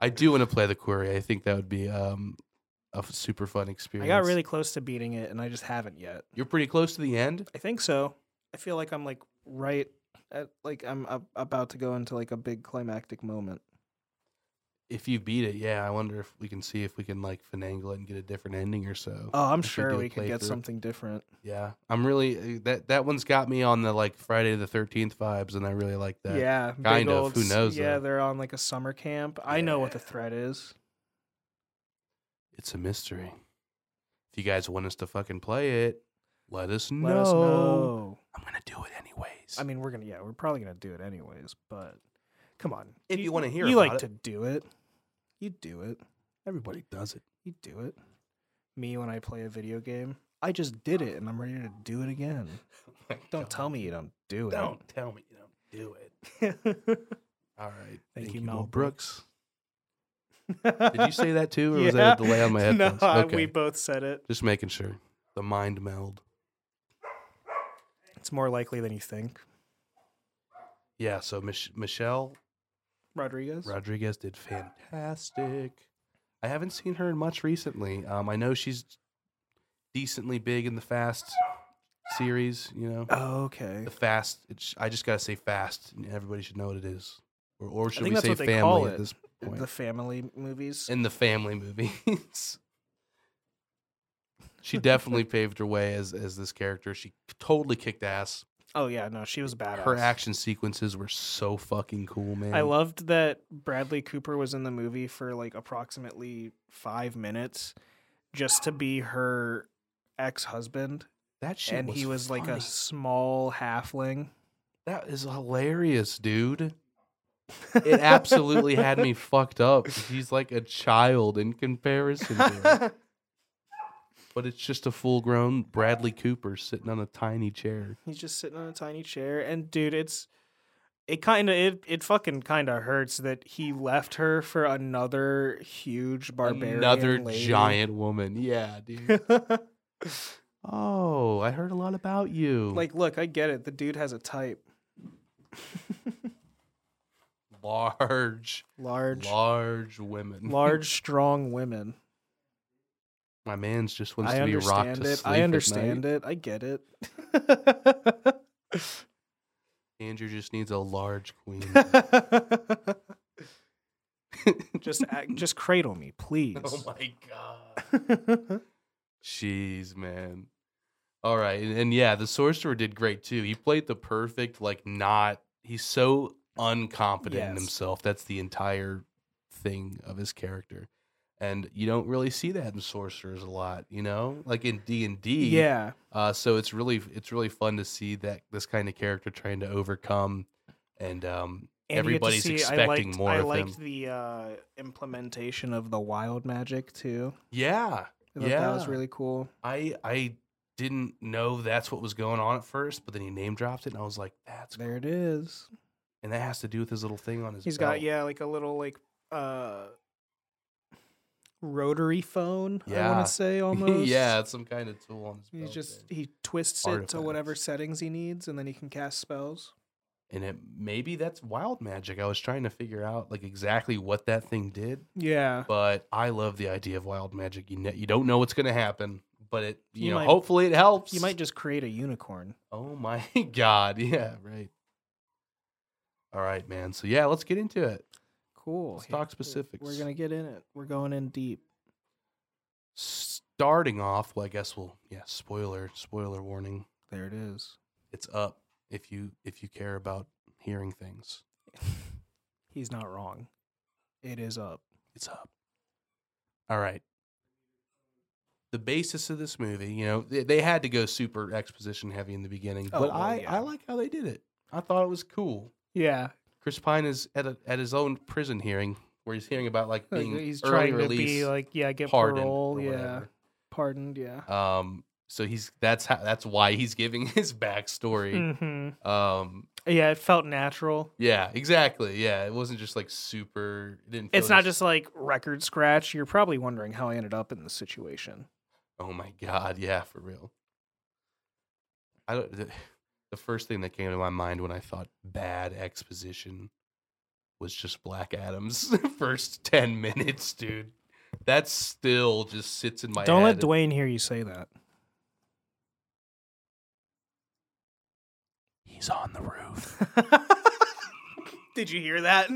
Speaker 2: I do want to play the query. I think that would be um, a f- super fun
Speaker 1: I
Speaker 2: experience.
Speaker 1: got really close to beating it, and I just haven't yet.
Speaker 2: You're pretty close to the end.
Speaker 1: I think so. I feel like I'm like right at like I'm ab- about to go into like a big climactic moment.
Speaker 2: If you beat it, yeah. I wonder if we can see if we can like finagle it and get a different ending or so.
Speaker 1: Oh, I'm
Speaker 2: If we do
Speaker 1: sure
Speaker 2: a
Speaker 1: we could get
Speaker 2: playthrough.
Speaker 1: something different.
Speaker 2: Yeah, I'm really that that one's got me on the like Friday the Thirteenth vibes, and I really like that.
Speaker 1: yeah, big
Speaker 2: kind of.
Speaker 1: old
Speaker 2: Who
Speaker 1: s-
Speaker 2: knows,
Speaker 1: Yeah,
Speaker 2: though?
Speaker 1: they're on like a summer camp. I know what the
Speaker 2: Yeah.
Speaker 1: threat is.
Speaker 2: it's a mystery. If you guys want us to fucking play it, let us know.
Speaker 1: Let us know.
Speaker 2: I'm gonna do it anyways.
Speaker 1: I mean, we're gonna yeah, we're probably gonna do it anyways. But come on,
Speaker 2: If you wanna hear
Speaker 1: you
Speaker 2: about
Speaker 1: like
Speaker 2: it.
Speaker 1: to do it. You do it.
Speaker 2: everybody does it.
Speaker 1: You do it. Me when I play a video game, I just did it and I'm ready to do it again. Don't tell me you don't do it.
Speaker 2: Don't tell me you don't do it. All right.
Speaker 1: Thank you, Mel
Speaker 2: Brooks. Did you say that too, or was that a
Speaker 1: Yeah.
Speaker 2: delay on my headphones?
Speaker 1: No, I-
Speaker 2: okay.
Speaker 1: we both said it.
Speaker 2: Just making sure. The mind meld.
Speaker 1: It's more likely than you think.
Speaker 2: Yeah. So Mich- Michelle
Speaker 1: Rodriguez.
Speaker 2: Rodriguez did fantastic. I haven't seen her in much recently. Um, I know she's decently big in the Fast series. You know,
Speaker 1: Oh, okay.
Speaker 2: the Fast. It's, I just gotta say Fast, and everybody should know what it is. Or, or should
Speaker 1: think
Speaker 2: we
Speaker 1: that's
Speaker 2: say
Speaker 1: what they call
Speaker 2: family at
Speaker 1: it.
Speaker 2: this point?
Speaker 1: The family movies.
Speaker 2: in the family movies. she definitely paved her way as as this character. She totally kicked ass.
Speaker 1: oh yeah, no, she was badass.
Speaker 2: Her action sequences were so fucking cool, man.
Speaker 1: I loved that Bradley Cooper was in the movie for like approximately five minutes, just to be her ex-husband,
Speaker 2: that shit.
Speaker 1: and he was like a
Speaker 2: funny.
Speaker 1: small halfling.
Speaker 2: that is hilarious, dude. It absolutely had me fucked up. He's like a child in comparison, to her. but it's just a full grown Bradley Cooper sitting on a tiny chair.
Speaker 1: He's just sitting on a tiny chair, and dude, it's it kind of it it fucking kind of hurts that he left her for another huge barbarian,
Speaker 2: Another
Speaker 1: lady.
Speaker 2: giant woman. Yeah, dude. Oh, I heard a lot about you.
Speaker 1: like, look, I get it. The dude has a type,
Speaker 2: large,
Speaker 1: large,
Speaker 2: large women.
Speaker 1: large, strong women.
Speaker 2: My man's just wants
Speaker 1: I
Speaker 2: to be rocked
Speaker 1: understand
Speaker 2: to
Speaker 1: it.
Speaker 2: sleep.
Speaker 1: I understand
Speaker 2: it.
Speaker 1: it. I get it.
Speaker 2: Andrew just needs a large queen.
Speaker 1: just act, just cradle me, please.
Speaker 2: Oh my god. Jeez, man. All right, and, and yeah, the sorcerer did great too. He played the perfect, like, not. He's so unconfident in
Speaker 1: Yes.
Speaker 2: himself. That's the entire thing of his character, and you don't really see that in sorcerers a lot. You know, like in D and D.
Speaker 1: yeah,
Speaker 2: Uh, so it's really it's really fun to see that this kind of character trying to overcome, and um,
Speaker 1: And you get to
Speaker 2: Everybody's
Speaker 1: see- I
Speaker 2: expecting
Speaker 1: liked,
Speaker 2: more
Speaker 1: I
Speaker 2: of
Speaker 1: liked the uh, implementation of the wild magic too.
Speaker 2: yeah,
Speaker 1: I thought that was
Speaker 2: Yeah.
Speaker 1: really cool.
Speaker 2: I I didn't know that's what was going on at first, but then he name dropped it, and I was like, that's
Speaker 1: There it is.
Speaker 2: and that has to do with his little thing on his.
Speaker 1: He's got
Speaker 2: belt.
Speaker 1: yeah, like a little like uh, rotary phone. I
Speaker 2: Yeah.
Speaker 1: want to say almost.
Speaker 2: yeah, it's some kind of tool on his.
Speaker 1: He
Speaker 2: belt
Speaker 1: just
Speaker 2: there.
Speaker 1: he twists it to whatever settings he needs, and then he can cast spells.
Speaker 2: and it maybe that's wild magic. I was trying to figure out like exactly what that thing did,
Speaker 1: Yeah,
Speaker 2: but I love the idea of wild magic. You know, you don't know what's gonna happen, but it you,
Speaker 1: You
Speaker 2: know
Speaker 1: might-
Speaker 2: hopefully it helps.
Speaker 1: you might just create a unicorn.
Speaker 2: Oh my god. Yeah, right. All right, man. So yeah, let's get into it.
Speaker 1: Cool.
Speaker 2: Let's talk specifics.
Speaker 1: We're gonna get in it. We're going in deep.
Speaker 2: Starting off, well, I guess we'll yeah, spoiler, spoiler warning.
Speaker 1: There it is.
Speaker 2: It's up if you if you care about hearing things.
Speaker 1: He's not wrong. It is up.
Speaker 2: It's up. All right. The basis of this movie, you know, they, they had to go super exposition heavy in the beginning,
Speaker 1: Oh,
Speaker 2: but
Speaker 1: well,
Speaker 2: I
Speaker 1: yeah.
Speaker 2: I like how they did it. I thought it was cool.
Speaker 1: Yeah,
Speaker 2: Chris Pine is at a, at his own prison hearing where he's hearing about like being
Speaker 1: he's
Speaker 2: early
Speaker 1: trying to
Speaker 2: release.
Speaker 1: be like yeah, get
Speaker 2: pardoned
Speaker 1: parole.
Speaker 2: or
Speaker 1: Yeah,
Speaker 2: whatever.
Speaker 1: pardoned. Yeah.
Speaker 2: Um, so he's that's how that's why he's giving his backstory.
Speaker 1: hmm
Speaker 2: Um,
Speaker 1: Yeah, it felt natural.
Speaker 2: yeah, exactly. Yeah, it wasn't just like super. It didn't. Feel
Speaker 1: It's not just like record scratch. You're probably wondering how I ended up in this situation.
Speaker 2: Oh my god! Yeah, for real. I don't. The, the first thing that came to my mind when I thought bad exposition was just Black Adam's first ten minutes, dude. That still just sits in my
Speaker 1: Don't
Speaker 2: head.
Speaker 1: let Dwayne hear you say that.
Speaker 2: He's on the roof.
Speaker 1: Did you hear that?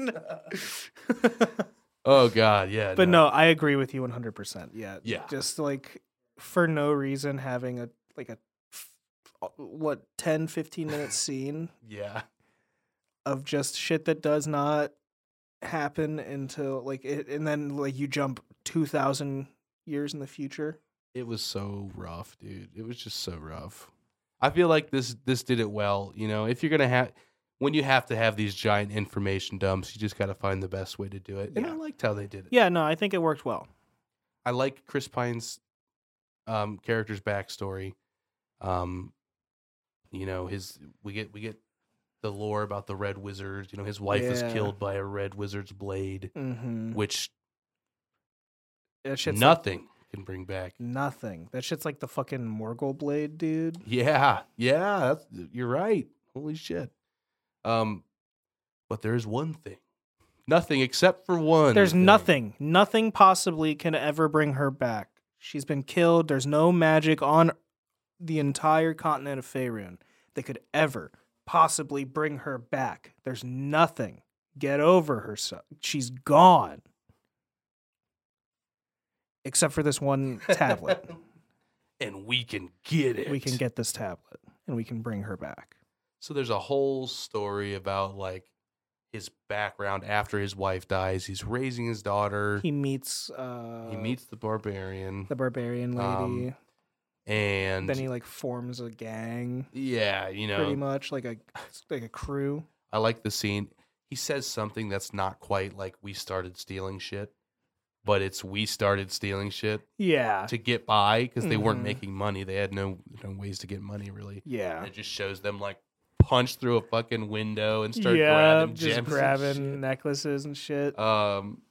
Speaker 2: Oh god, yeah.
Speaker 1: but no, I agree with you 100%. Yeah.
Speaker 2: Yeah.
Speaker 1: Just like for no reason having a like a f- what 10 15 minute scene
Speaker 2: yeah.
Speaker 1: of just shit that does not happen until like it, and then like you jump 2000 years in the future.
Speaker 2: it was so rough, dude. It was just so rough. I feel like this this did it well. You know, if you're gonna have when you have to have these giant information dumps, you just got to find the best way to do it. And I
Speaker 1: Yeah.
Speaker 2: liked how they did it.
Speaker 1: Yeah, no, I think it worked well.
Speaker 2: I like Chris Pine's um, character's backstory. Um, you know his we get we get the lore about the red wizard. You know his wife is
Speaker 1: Yeah.
Speaker 2: killed by a red wizard's blade,
Speaker 1: Mm-hmm.
Speaker 2: which
Speaker 1: That shit's like- Mm.
Speaker 2: nothing can bring back.
Speaker 1: nothing. That shit's like the fucking Morgul blade, dude.
Speaker 2: Yeah, yeah, that's, you're right. Holy shit. Um, but there is one thing, nothing except for one.
Speaker 1: There's
Speaker 2: thing.
Speaker 1: nothing. Nothing possibly can ever bring her back. She's been killed. There's no magic on the entire continent of Faerun that could ever possibly bring her back. There's nothing. Get over herself. She's gone. Except for this one tablet.
Speaker 2: and we can get it.
Speaker 1: we can get this tablet and we can bring her back.
Speaker 2: So there's a whole story about like his background after his wife dies. He's raising his daughter. He,
Speaker 1: He meets uh
Speaker 2: meets the barbarian,
Speaker 1: the barbarian
Speaker 2: um,
Speaker 1: lady.
Speaker 2: and
Speaker 1: then he like forms a gang.
Speaker 2: yeah, you know,
Speaker 1: pretty much like a like a crew.
Speaker 2: I like the scene. He says something that's not quite like we started stealing shit, but it's we started stealing shit
Speaker 1: Yeah,
Speaker 2: to get by because they weren't
Speaker 1: Mhm.
Speaker 2: making money. They had no no ways to get money really.
Speaker 1: yeah,
Speaker 2: And it just shows them like punch through a fucking window and start
Speaker 1: yeah.
Speaker 2: grabbing gems
Speaker 1: Just
Speaker 2: and shit.
Speaker 1: grabbing necklaces and shit.
Speaker 2: Um.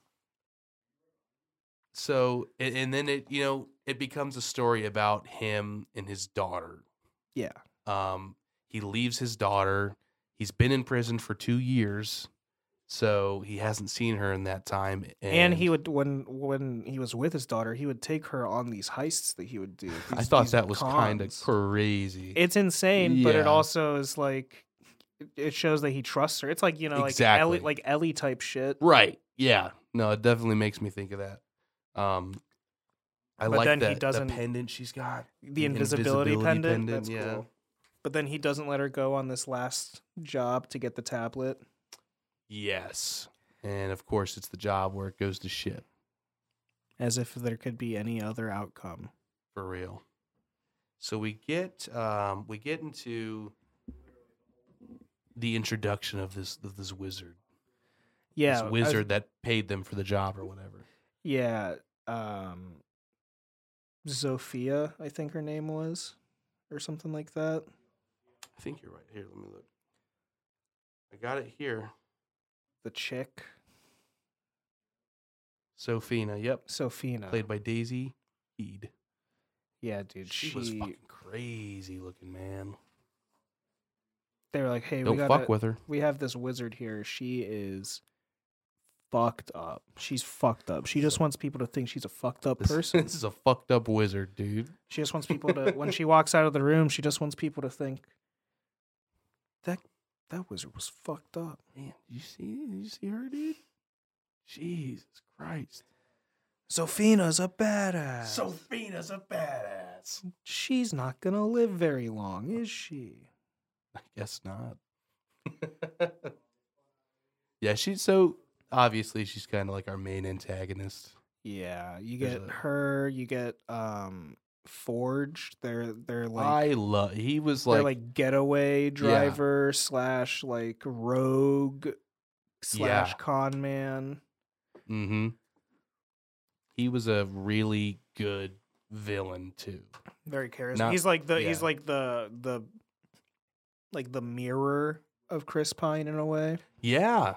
Speaker 2: So and, and then it you know it becomes a story about him and his daughter.
Speaker 1: Yeah.
Speaker 2: Um. He leaves his daughter. He's been in prison for two years, so he hasn't seen her in that time. And,
Speaker 1: and he would when when he was with his daughter, he would take her on these heists that he would do.
Speaker 2: I
Speaker 1: these-
Speaker 2: thought
Speaker 1: these
Speaker 2: that was kind of
Speaker 1: cons.
Speaker 2: crazy.
Speaker 1: It's insane, but
Speaker 2: Yeah.
Speaker 1: it also is like it- it shows that he trusts her. It's like you know, like
Speaker 2: Exactly.
Speaker 1: Ellie, like Ellie type shit.
Speaker 2: right. Yeah. No, it definitely makes me think of that. Um. I
Speaker 1: But
Speaker 2: like
Speaker 1: then he
Speaker 2: that
Speaker 1: doesn't-
Speaker 2: the pendant she's got.
Speaker 1: The invisibility,
Speaker 2: invisibility
Speaker 1: pendant.
Speaker 2: pendant,
Speaker 1: That's
Speaker 2: yeah.
Speaker 1: cool. But then he doesn't let her go on this last job to get the tablet.
Speaker 2: Yes. And of course, it's the job where it goes to shit.
Speaker 1: As if there could be any other outcome.
Speaker 2: for real. So we get um, we get into the introduction of this of this wizard,
Speaker 1: Yeah,
Speaker 2: this
Speaker 1: I-
Speaker 2: wizard that paid them for the job or whatever.
Speaker 1: Yeah. Um Zofia, I think her name was, or something like that.
Speaker 2: I think you're right. Here, let me look. I got it here.
Speaker 1: The chick.
Speaker 2: Sophina, yep,
Speaker 1: Sophina.
Speaker 2: played by Daisy Heed.
Speaker 1: yeah, dude. She,
Speaker 2: She was fucking crazy looking, man.
Speaker 1: they were like, hey, we
Speaker 2: Don't
Speaker 1: got
Speaker 2: fuck with her.
Speaker 1: we have this wizard here. She is fucked up. She's fucked up. She just wants people to think she's a fucked up
Speaker 2: This,
Speaker 1: person.
Speaker 2: this is a fucked up wizard, dude.
Speaker 1: She just wants people to when she walks out of the room, she just wants people to think that that wizard was fucked up.
Speaker 2: Man, you see, you see her, dude. Jesus Christ.
Speaker 1: Sophina's a badass.
Speaker 2: Sophina's a badass.
Speaker 1: she's not gonna live very long, is she?
Speaker 2: I guess not. yeah, she's so obviously she's kind of like our main antagonist.
Speaker 1: Yeah, you
Speaker 2: There's
Speaker 1: get
Speaker 2: a-
Speaker 1: her, you get um Forge. They're they're like
Speaker 2: I love. He was
Speaker 1: they're
Speaker 2: like,
Speaker 1: like getaway driver slash like rogue slash
Speaker 2: Yeah.
Speaker 1: con man.
Speaker 2: mm-hmm. He was a really good villain too.
Speaker 1: Very charismatic.
Speaker 2: Not-
Speaker 1: he's like the
Speaker 2: yeah.
Speaker 1: he's like the the like the mirror of Chris Pine in a way.
Speaker 2: Yeah,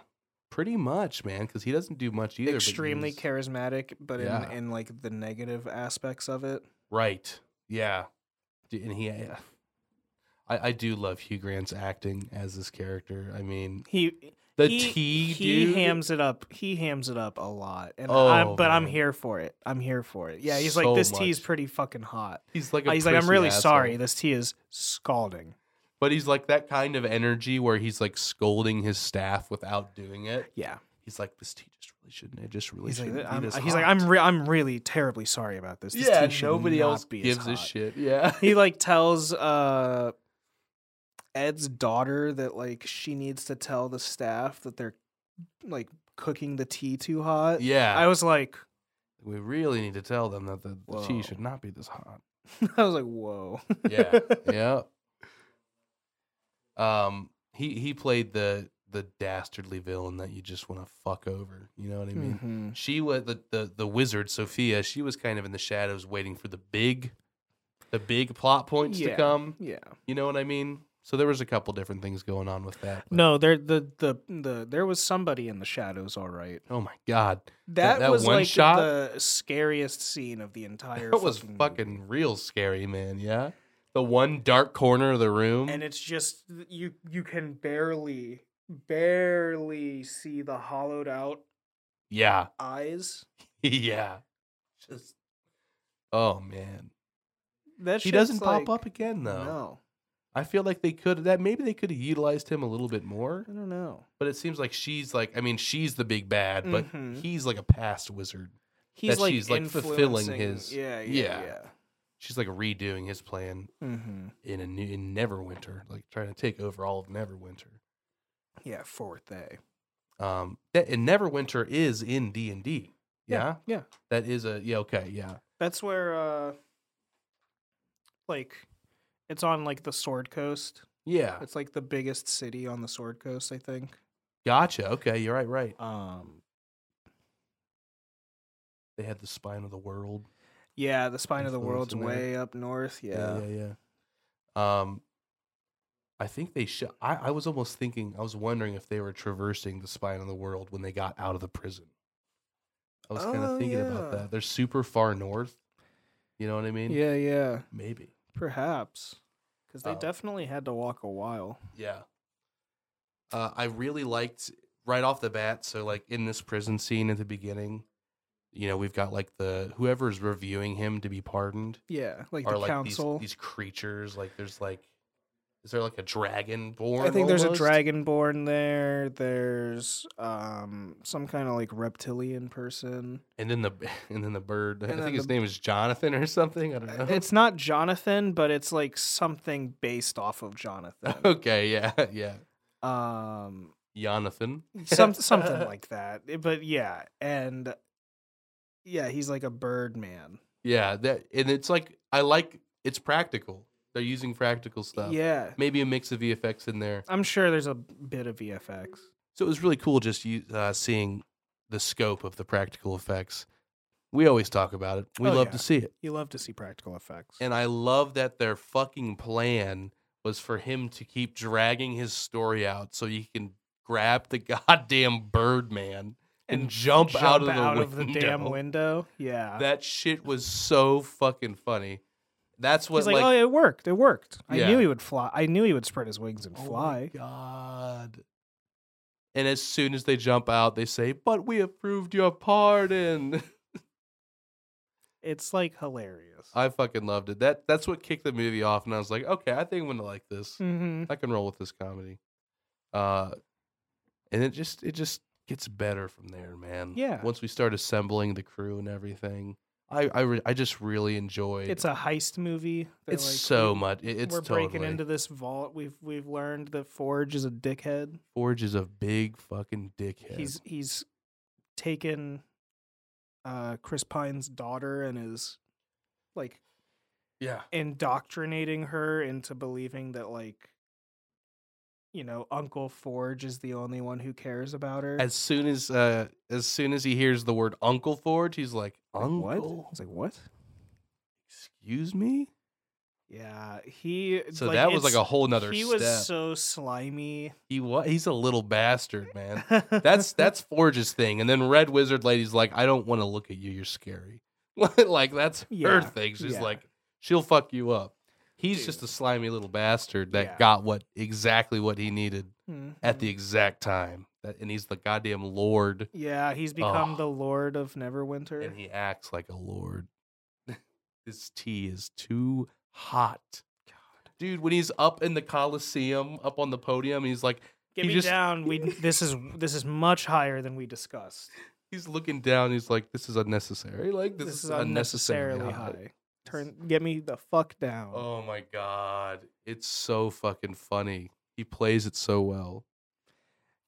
Speaker 2: pretty much, man. Because he doesn't do much either. but he
Speaker 1: Extremely
Speaker 2: was-
Speaker 1: charismatic, but
Speaker 2: Yeah.
Speaker 1: in, in like the negative aspects of it.
Speaker 2: right. Yeah, D- and he. I, I do love Hugh Grant's acting as this character. I mean,
Speaker 1: He
Speaker 2: the
Speaker 1: he,
Speaker 2: tea
Speaker 1: he
Speaker 2: dude.
Speaker 1: hams it up. He hams it up a lot, and I,
Speaker 2: Oh,
Speaker 1: but I'm
Speaker 2: man.
Speaker 1: here for it. I'm here for it. Yeah, he's
Speaker 2: So
Speaker 1: like this tea is
Speaker 2: much.
Speaker 1: pretty fucking hot.
Speaker 2: he's like a
Speaker 1: Uh, he's like I'm really
Speaker 2: prissy asshole.
Speaker 1: sorry. This tea is scalding.
Speaker 2: But he's like that kind of energy where he's like scolding his staff without doing it.
Speaker 1: Yeah,
Speaker 2: He's like, this tea just really shouldn't. It just really
Speaker 1: he's like
Speaker 2: shouldn't. be
Speaker 1: I'm,
Speaker 2: this
Speaker 1: he's like
Speaker 2: hot."
Speaker 1: I'm re- I'm really terribly sorry about this. this
Speaker 2: yeah,
Speaker 1: tea should
Speaker 2: nobody
Speaker 1: not
Speaker 2: else
Speaker 1: be as
Speaker 2: gives a
Speaker 1: hot."
Speaker 2: shit. Yeah.
Speaker 1: He like tells uh Ed's daughter that like she needs to tell the staff that they're like cooking the tea too hot.
Speaker 2: yeah.
Speaker 1: I was like,
Speaker 2: we really need to tell them that the, the
Speaker 1: Whoa.
Speaker 2: tea should not be this hot.
Speaker 1: I was like, whoa.
Speaker 2: Yeah. yeah. Um, he he played the the dastardly villain that you just want to fuck over. You know what I mean?
Speaker 1: Mhm.
Speaker 2: She was the, the the wizard Sophia. She was kind of in the shadows, waiting for the big the big plot points
Speaker 1: Yeah.
Speaker 2: to come.
Speaker 1: Yeah.
Speaker 2: You know what I mean? So there was a couple different things going on with that. but-
Speaker 1: No, there the the the there was somebody in the shadows. All right,
Speaker 2: Oh my god,
Speaker 1: that,
Speaker 2: that
Speaker 1: was
Speaker 2: one
Speaker 1: like
Speaker 2: shot?
Speaker 1: the scariest scene of the entire.
Speaker 2: that was
Speaker 1: fucking movie.
Speaker 2: fucking real scary, man. Yeah, the one dark corner of the room.
Speaker 1: and it's just you you can barely barely see the hollowed out
Speaker 2: yeah,
Speaker 1: eyes.
Speaker 2: yeah. Just oh man,
Speaker 1: That
Speaker 2: he
Speaker 1: shit's
Speaker 2: doesn't pop
Speaker 1: like-
Speaker 2: up again though.
Speaker 1: No,
Speaker 2: I feel like they could that maybe they could have utilized him a little bit more.
Speaker 1: I don't know.
Speaker 2: But it seems like she's like I mean she's the big bad, but
Speaker 1: Mhm.
Speaker 2: he's like a past wizard.
Speaker 1: He's
Speaker 2: That
Speaker 1: like
Speaker 2: she's, like, fulfilling
Speaker 1: influencing-
Speaker 2: his-
Speaker 1: Yeah,
Speaker 2: yeah.
Speaker 1: yeah, yeah.
Speaker 2: She's like redoing his plan
Speaker 1: Mm-hmm.
Speaker 2: in a new in Neverwinter, like trying to take over all of Neverwinter.
Speaker 1: Yeah, fourth day.
Speaker 2: Um, that and Neverwinter is in D and D. Yeah,
Speaker 1: yeah.
Speaker 2: that is a yeah. Okay, yeah,
Speaker 1: That's where, uh like, it's on like the Sword Coast.
Speaker 2: yeah.
Speaker 1: It's like the biggest city on the Sword Coast, I think.
Speaker 2: Gotcha. Okay, you're right. Right.
Speaker 1: Um,
Speaker 2: They had the spine of the world.
Speaker 1: yeah, the spine of the world's
Speaker 2: Influence in there.
Speaker 1: way up north. Yeah,
Speaker 2: yeah, yeah. yeah. Um, I think they should. I, I was almost thinking. I was wondering if they were traversing the spine of the world when they got out of the prison. I was kind
Speaker 1: Oh,
Speaker 2: of thinking about
Speaker 1: yeah.
Speaker 2: that. They're super far north. You know what I mean?
Speaker 1: yeah, yeah.
Speaker 2: Maybe.
Speaker 1: Perhaps because they
Speaker 2: Uh,
Speaker 1: definitely had to walk a while.
Speaker 2: Yeah. Uh, I really liked right off the bat. So, like in this prison scene at the beginning, you know, we've got like the whoever's reviewing him to be pardoned
Speaker 1: Yeah, like
Speaker 2: are
Speaker 1: the
Speaker 2: like
Speaker 1: council.
Speaker 2: These, these creatures. Like, there's like, is there like a dragon born?
Speaker 1: I think there's a
Speaker 2: almost?
Speaker 1: dragonborn there. There's um some kind of like reptilian person.
Speaker 2: And then the and then the bird. I
Speaker 1: And
Speaker 2: think
Speaker 1: then
Speaker 2: his
Speaker 1: the- Uh,
Speaker 2: name is Jonathan or something. I don't know.
Speaker 1: It's not Jonathan, but it's like something based off of Jonathan.
Speaker 2: okay. Yeah. Yeah.
Speaker 1: um,
Speaker 2: Jonathan.
Speaker 1: some something like that. Eh, But yeah, and yeah, he's like a bird man.
Speaker 2: Yeah. That and it's like I like it's practical. They're using practical stuff.
Speaker 1: Yeah,
Speaker 2: Maybe a mix of VFX in there.
Speaker 1: I'm sure there's a bit of E VFX.
Speaker 2: So it was really cool just u- uh, seeing the scope of the practical effects. We always talk about it. We
Speaker 1: Oh,
Speaker 2: love
Speaker 1: yeah.
Speaker 2: to see it.
Speaker 1: You love to see practical effects.
Speaker 2: And I love that their fucking plan was for him to keep dragging his story out so he can grab the goddamn Birdman and,
Speaker 1: And
Speaker 2: jump,
Speaker 1: jump
Speaker 2: out of the
Speaker 1: out
Speaker 2: window.
Speaker 1: of the damn window. Yeah.
Speaker 2: That shit was so fucking funny. That's what
Speaker 1: He's like,
Speaker 2: like,
Speaker 1: oh, it worked. It worked. I
Speaker 2: Yeah.
Speaker 1: knew he would fly. I knew he would spread his wings and
Speaker 2: Oh my
Speaker 1: fly.
Speaker 2: God. And as soon as they jump out, they say, "But we approved your pardon."
Speaker 1: It's like hilarious.
Speaker 2: I fucking loved it. That that's what kicked the movie off, and I was like, okay, I think I'm gonna like this.
Speaker 1: mm-hmm.
Speaker 2: I can roll with this comedy. Uh, and it just it just gets better from there, man.
Speaker 1: Yeah.
Speaker 2: Once we start assembling the crew and everything, I I, re- I just really enjoyed.
Speaker 1: It's a heist movie. They're
Speaker 2: it's
Speaker 1: like,
Speaker 2: so
Speaker 1: we-
Speaker 2: much. It- it's
Speaker 1: we're
Speaker 2: totally.
Speaker 1: breaking into this vault. We've we've learned that Forge is a dickhead.
Speaker 2: Forge is a big fucking dickhead.
Speaker 1: He's he's taken uh, Chris Pine's daughter and is like
Speaker 2: yeah.
Speaker 1: indoctrinating her into believing that like you know Uncle Forge is the only one who cares about her.
Speaker 2: As soon as uh as soon as he hears the word Uncle Forge, he's like
Speaker 1: Like, what?
Speaker 2: Uncle.
Speaker 1: I was like, what?
Speaker 2: Excuse me.
Speaker 1: Yeah, he.
Speaker 2: So that was like a
Speaker 1: it's-
Speaker 2: whole nother
Speaker 1: He
Speaker 2: step.
Speaker 1: was so slimy.
Speaker 2: he was he's a little bastard, man. That's that's Forge's thing. And then Red Wizard Lady's like, I don't want to look at you. You're scary. like that's her
Speaker 1: Yeah,
Speaker 2: thing. She's
Speaker 1: yeah.
Speaker 2: like, she'll fuck you up. He's just a
Speaker 1: Dude.
Speaker 2: slimy little bastard that
Speaker 1: Yeah.
Speaker 2: got what exactly what he needed at the
Speaker 1: Mhm.
Speaker 2: exact time. That, and he's the goddamn lord,
Speaker 1: Yeah, he's become
Speaker 2: Ugh.
Speaker 1: the Lord of Neverwinter.
Speaker 2: Oh. and he acts like a lord. His tea is too hot. Dude, when he's up in the Coliseum, up on the podium, he's like,
Speaker 1: Get
Speaker 2: he
Speaker 1: me
Speaker 2: just-
Speaker 1: down. We this is this is much higher than we discussed.
Speaker 2: he's looking down. He's like, this is unnecessary. Like, this,
Speaker 1: This, is unnecessarily
Speaker 2: hot.
Speaker 1: high. Turn, get me the fuck down.
Speaker 2: Oh my god, it's so fucking funny. He plays it so well.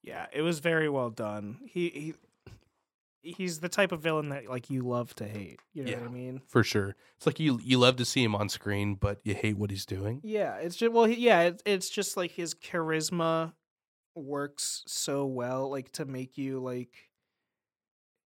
Speaker 1: Yeah, it was very well done. He he, he's the type of villain that like you love to hate. You know what
Speaker 2: Yeah.
Speaker 1: I mean?
Speaker 2: For sure. It's like you you love to see him on screen, but you hate what he's doing.
Speaker 1: Yeah, it's just well, he- yeah, it, it's just like his charisma works so well, like to make you like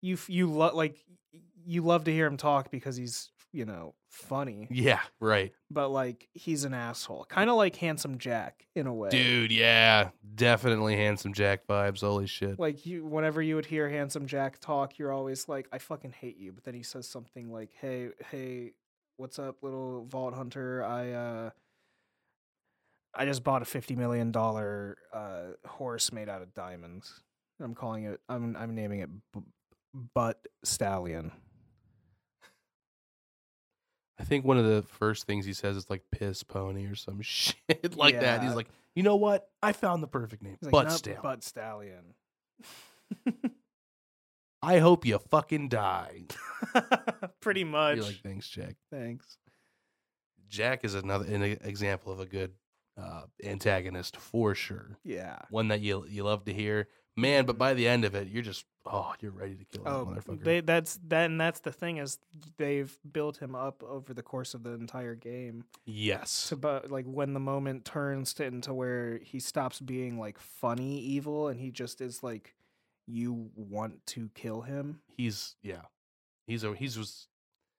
Speaker 1: you f- you love like y- you love to hear him talk because he's you know, funny,
Speaker 2: Yeah, right.
Speaker 1: but like he's an asshole. Kind of like Handsome Jack in a way.
Speaker 2: Dude, yeah. Definitely handsome Jack vibes. Holy shit.
Speaker 1: Like you whenever you would hear Handsome Jack talk, you're always like, I fucking hate you. But then he says something like, Hey, hey, what's up, little vault hunter? I uh I just bought a fifty million dollar uh horse made out of diamonds. I'm calling it I'm I'm naming it B- Butt Stallion.
Speaker 2: I think one of the first things he says is like piss pony or some shit like that. He's
Speaker 1: Yeah.
Speaker 2: like, you know what? I found the perfect name.
Speaker 1: He's like,
Speaker 2: butt
Speaker 1: "Not
Speaker 2: stamp.
Speaker 1: Butt Stallion.
Speaker 2: I hope you fucking die.
Speaker 1: Pretty
Speaker 2: You're
Speaker 1: much.
Speaker 2: like, thanks, Jack.
Speaker 1: Thanks.
Speaker 2: Jack is another an example of a good uh, antagonist for sure.
Speaker 1: Yeah.
Speaker 2: One that you you love to hear, man. But by the end of it, you're just oh, you're ready to kill that
Speaker 1: Oh,
Speaker 2: motherfucker.
Speaker 1: they, that's then that's the thing is they've built him up over the course of the entire game
Speaker 2: yes,
Speaker 1: to but like when the moment turns to into where he stops being like funny evil and he just is like you want to kill him.
Speaker 2: he's yeah, he's a he's was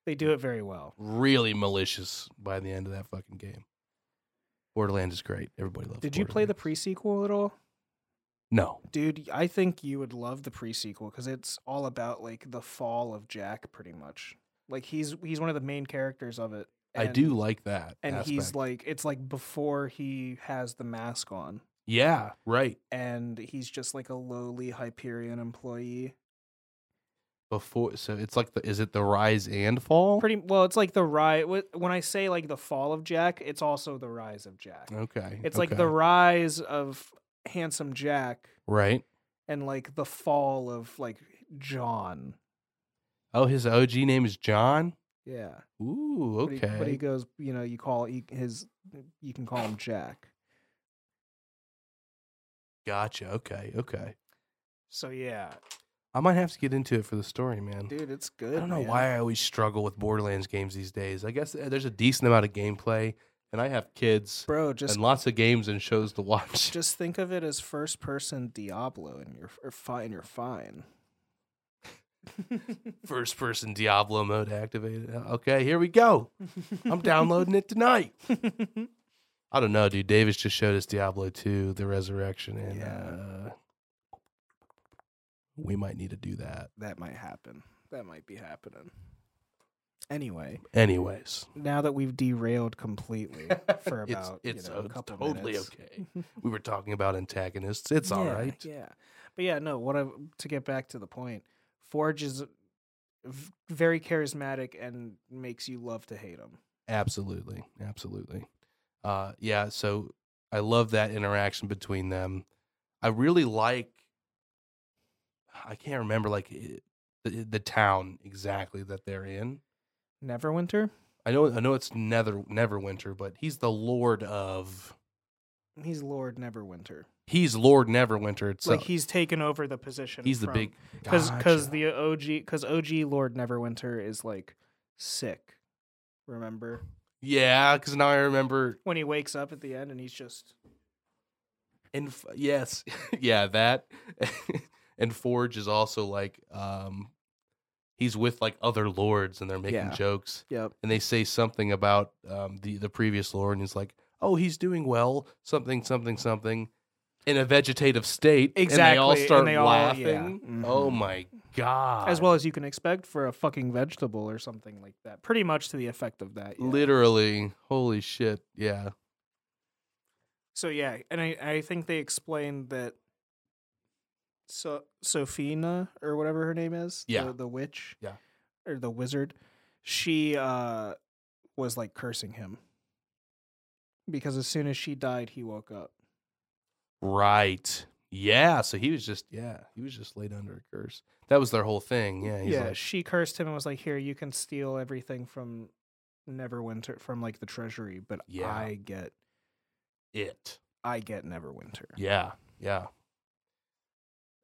Speaker 1: They do it very well.
Speaker 2: really malicious by the end of that fucking game. Borderlands is great. Everybody loves.
Speaker 1: Did you play the
Speaker 2: Borderlands.
Speaker 1: pre sequel at all?
Speaker 2: No.
Speaker 1: Dude, I think you would love the pre-sequel because it's all about like the fall of Jack, pretty much. Like he's he's one of the main characters of it.
Speaker 2: I do like that.
Speaker 1: and he's
Speaker 2: aspect.
Speaker 1: like it's like before he has the mask on,
Speaker 2: yeah, right.
Speaker 1: and he's just like a lowly Hyperion employee.
Speaker 2: Before, so it's like the is it the rise and fall?
Speaker 1: Pretty well, it's like the rise. When I say like the fall of Jack, it's also the rise of Jack.
Speaker 2: okay.
Speaker 1: It's like the
Speaker 2: Mm, okay.
Speaker 1: rise of handsome Jack
Speaker 2: right.
Speaker 1: and like the fall of like John.
Speaker 2: Oh, his OG name is John.
Speaker 1: Yeah.
Speaker 2: Ooh,
Speaker 1: But he- But
Speaker 2: okay.
Speaker 1: he, goes, you know, you call he, his, you can call him Jack.
Speaker 2: gotcha. Okay, okay.
Speaker 1: So yeah,
Speaker 2: I might have to get into it for the story, man.
Speaker 1: dude, it's good.
Speaker 2: I don't know
Speaker 1: man.
Speaker 2: why I always struggle with Borderlands games these days. I guess uh, there's a decent amount of gameplay, and I have kids
Speaker 1: bro. Just
Speaker 2: and lots of games and shows to watch.
Speaker 1: just think of it as first person Diablo, and you're or fine. You're fine.
Speaker 2: First person Diablo mode activated. Uh, Okay, here we go. I'm downloading it tonight. I don't know, dude. Davis just showed us Diablo 2, The Resurrection, and
Speaker 1: Yeah.
Speaker 2: uh, we might need to do that.
Speaker 1: that might happen. That might be happening. Anyway,
Speaker 2: Anyways,
Speaker 1: now that we've derailed completely for
Speaker 2: It's-
Speaker 1: about
Speaker 2: it's,
Speaker 1: you know,
Speaker 2: uh,
Speaker 1: a couple
Speaker 2: totally
Speaker 1: minutes.
Speaker 2: okay. We were talking about antagonists. It's all
Speaker 1: Yeah,
Speaker 2: right.
Speaker 1: Yeah, but yeah, no. What I to get back to the point, Forge is v- very charismatic and makes you love to hate him.
Speaker 2: Absolutely, absolutely. Uh, yeah. So I love that interaction between them. I really like. I can't remember like i- the, the town exactly that they're in.
Speaker 1: Neverwinter,
Speaker 2: I know I know it's Nether Neverwinter, but he's the Lord of.
Speaker 1: he's Lord Neverwinter.
Speaker 2: He's Lord Neverwinter. It's
Speaker 1: like he's taken over the position.
Speaker 2: he's the
Speaker 1: from-
Speaker 2: big
Speaker 1: because because
Speaker 2: Gotcha.
Speaker 1: the OG because OG Lord Neverwinter is like sick. Remember
Speaker 2: yeah. Because now I remember
Speaker 1: when he wakes up at the end and he's just
Speaker 2: and f- yes, yeah, that and Forge is also like um he's with like other lords and they're making
Speaker 1: Yeah.
Speaker 2: jokes
Speaker 1: yep
Speaker 2: and they say something about um the the previous lord and he's like, "Oh, he's doing well, something something something." In a vegetative state, and they all
Speaker 1: Exactly, and
Speaker 2: start
Speaker 1: they all- yeah,
Speaker 2: laughing. Oh
Speaker 1: mhm.
Speaker 2: my god!
Speaker 1: as well as you can expect for a fucking vegetable or something like that. Pretty much to the effect of that. yeah.
Speaker 2: literally, holy shit! Yeah,
Speaker 1: So yeah, and I, I think they explained that so Sophina or whatever her name is,
Speaker 2: Yeah.
Speaker 1: the, the witch,
Speaker 2: Yeah.
Speaker 1: or the wizard, she uh was like cursing him because as soon as she died, he woke up.
Speaker 2: right. Yeah, so he was just yeah, he was just laid under a curse. That was their whole thing. Yeah, he's
Speaker 1: yeah,
Speaker 2: like,
Speaker 1: she cursed him and was like, "Here, you can steal everything from Neverwinter from like the treasury, but
Speaker 2: Yeah.
Speaker 1: I get
Speaker 2: it.
Speaker 1: I get Neverwinter."
Speaker 2: Yeah, yeah.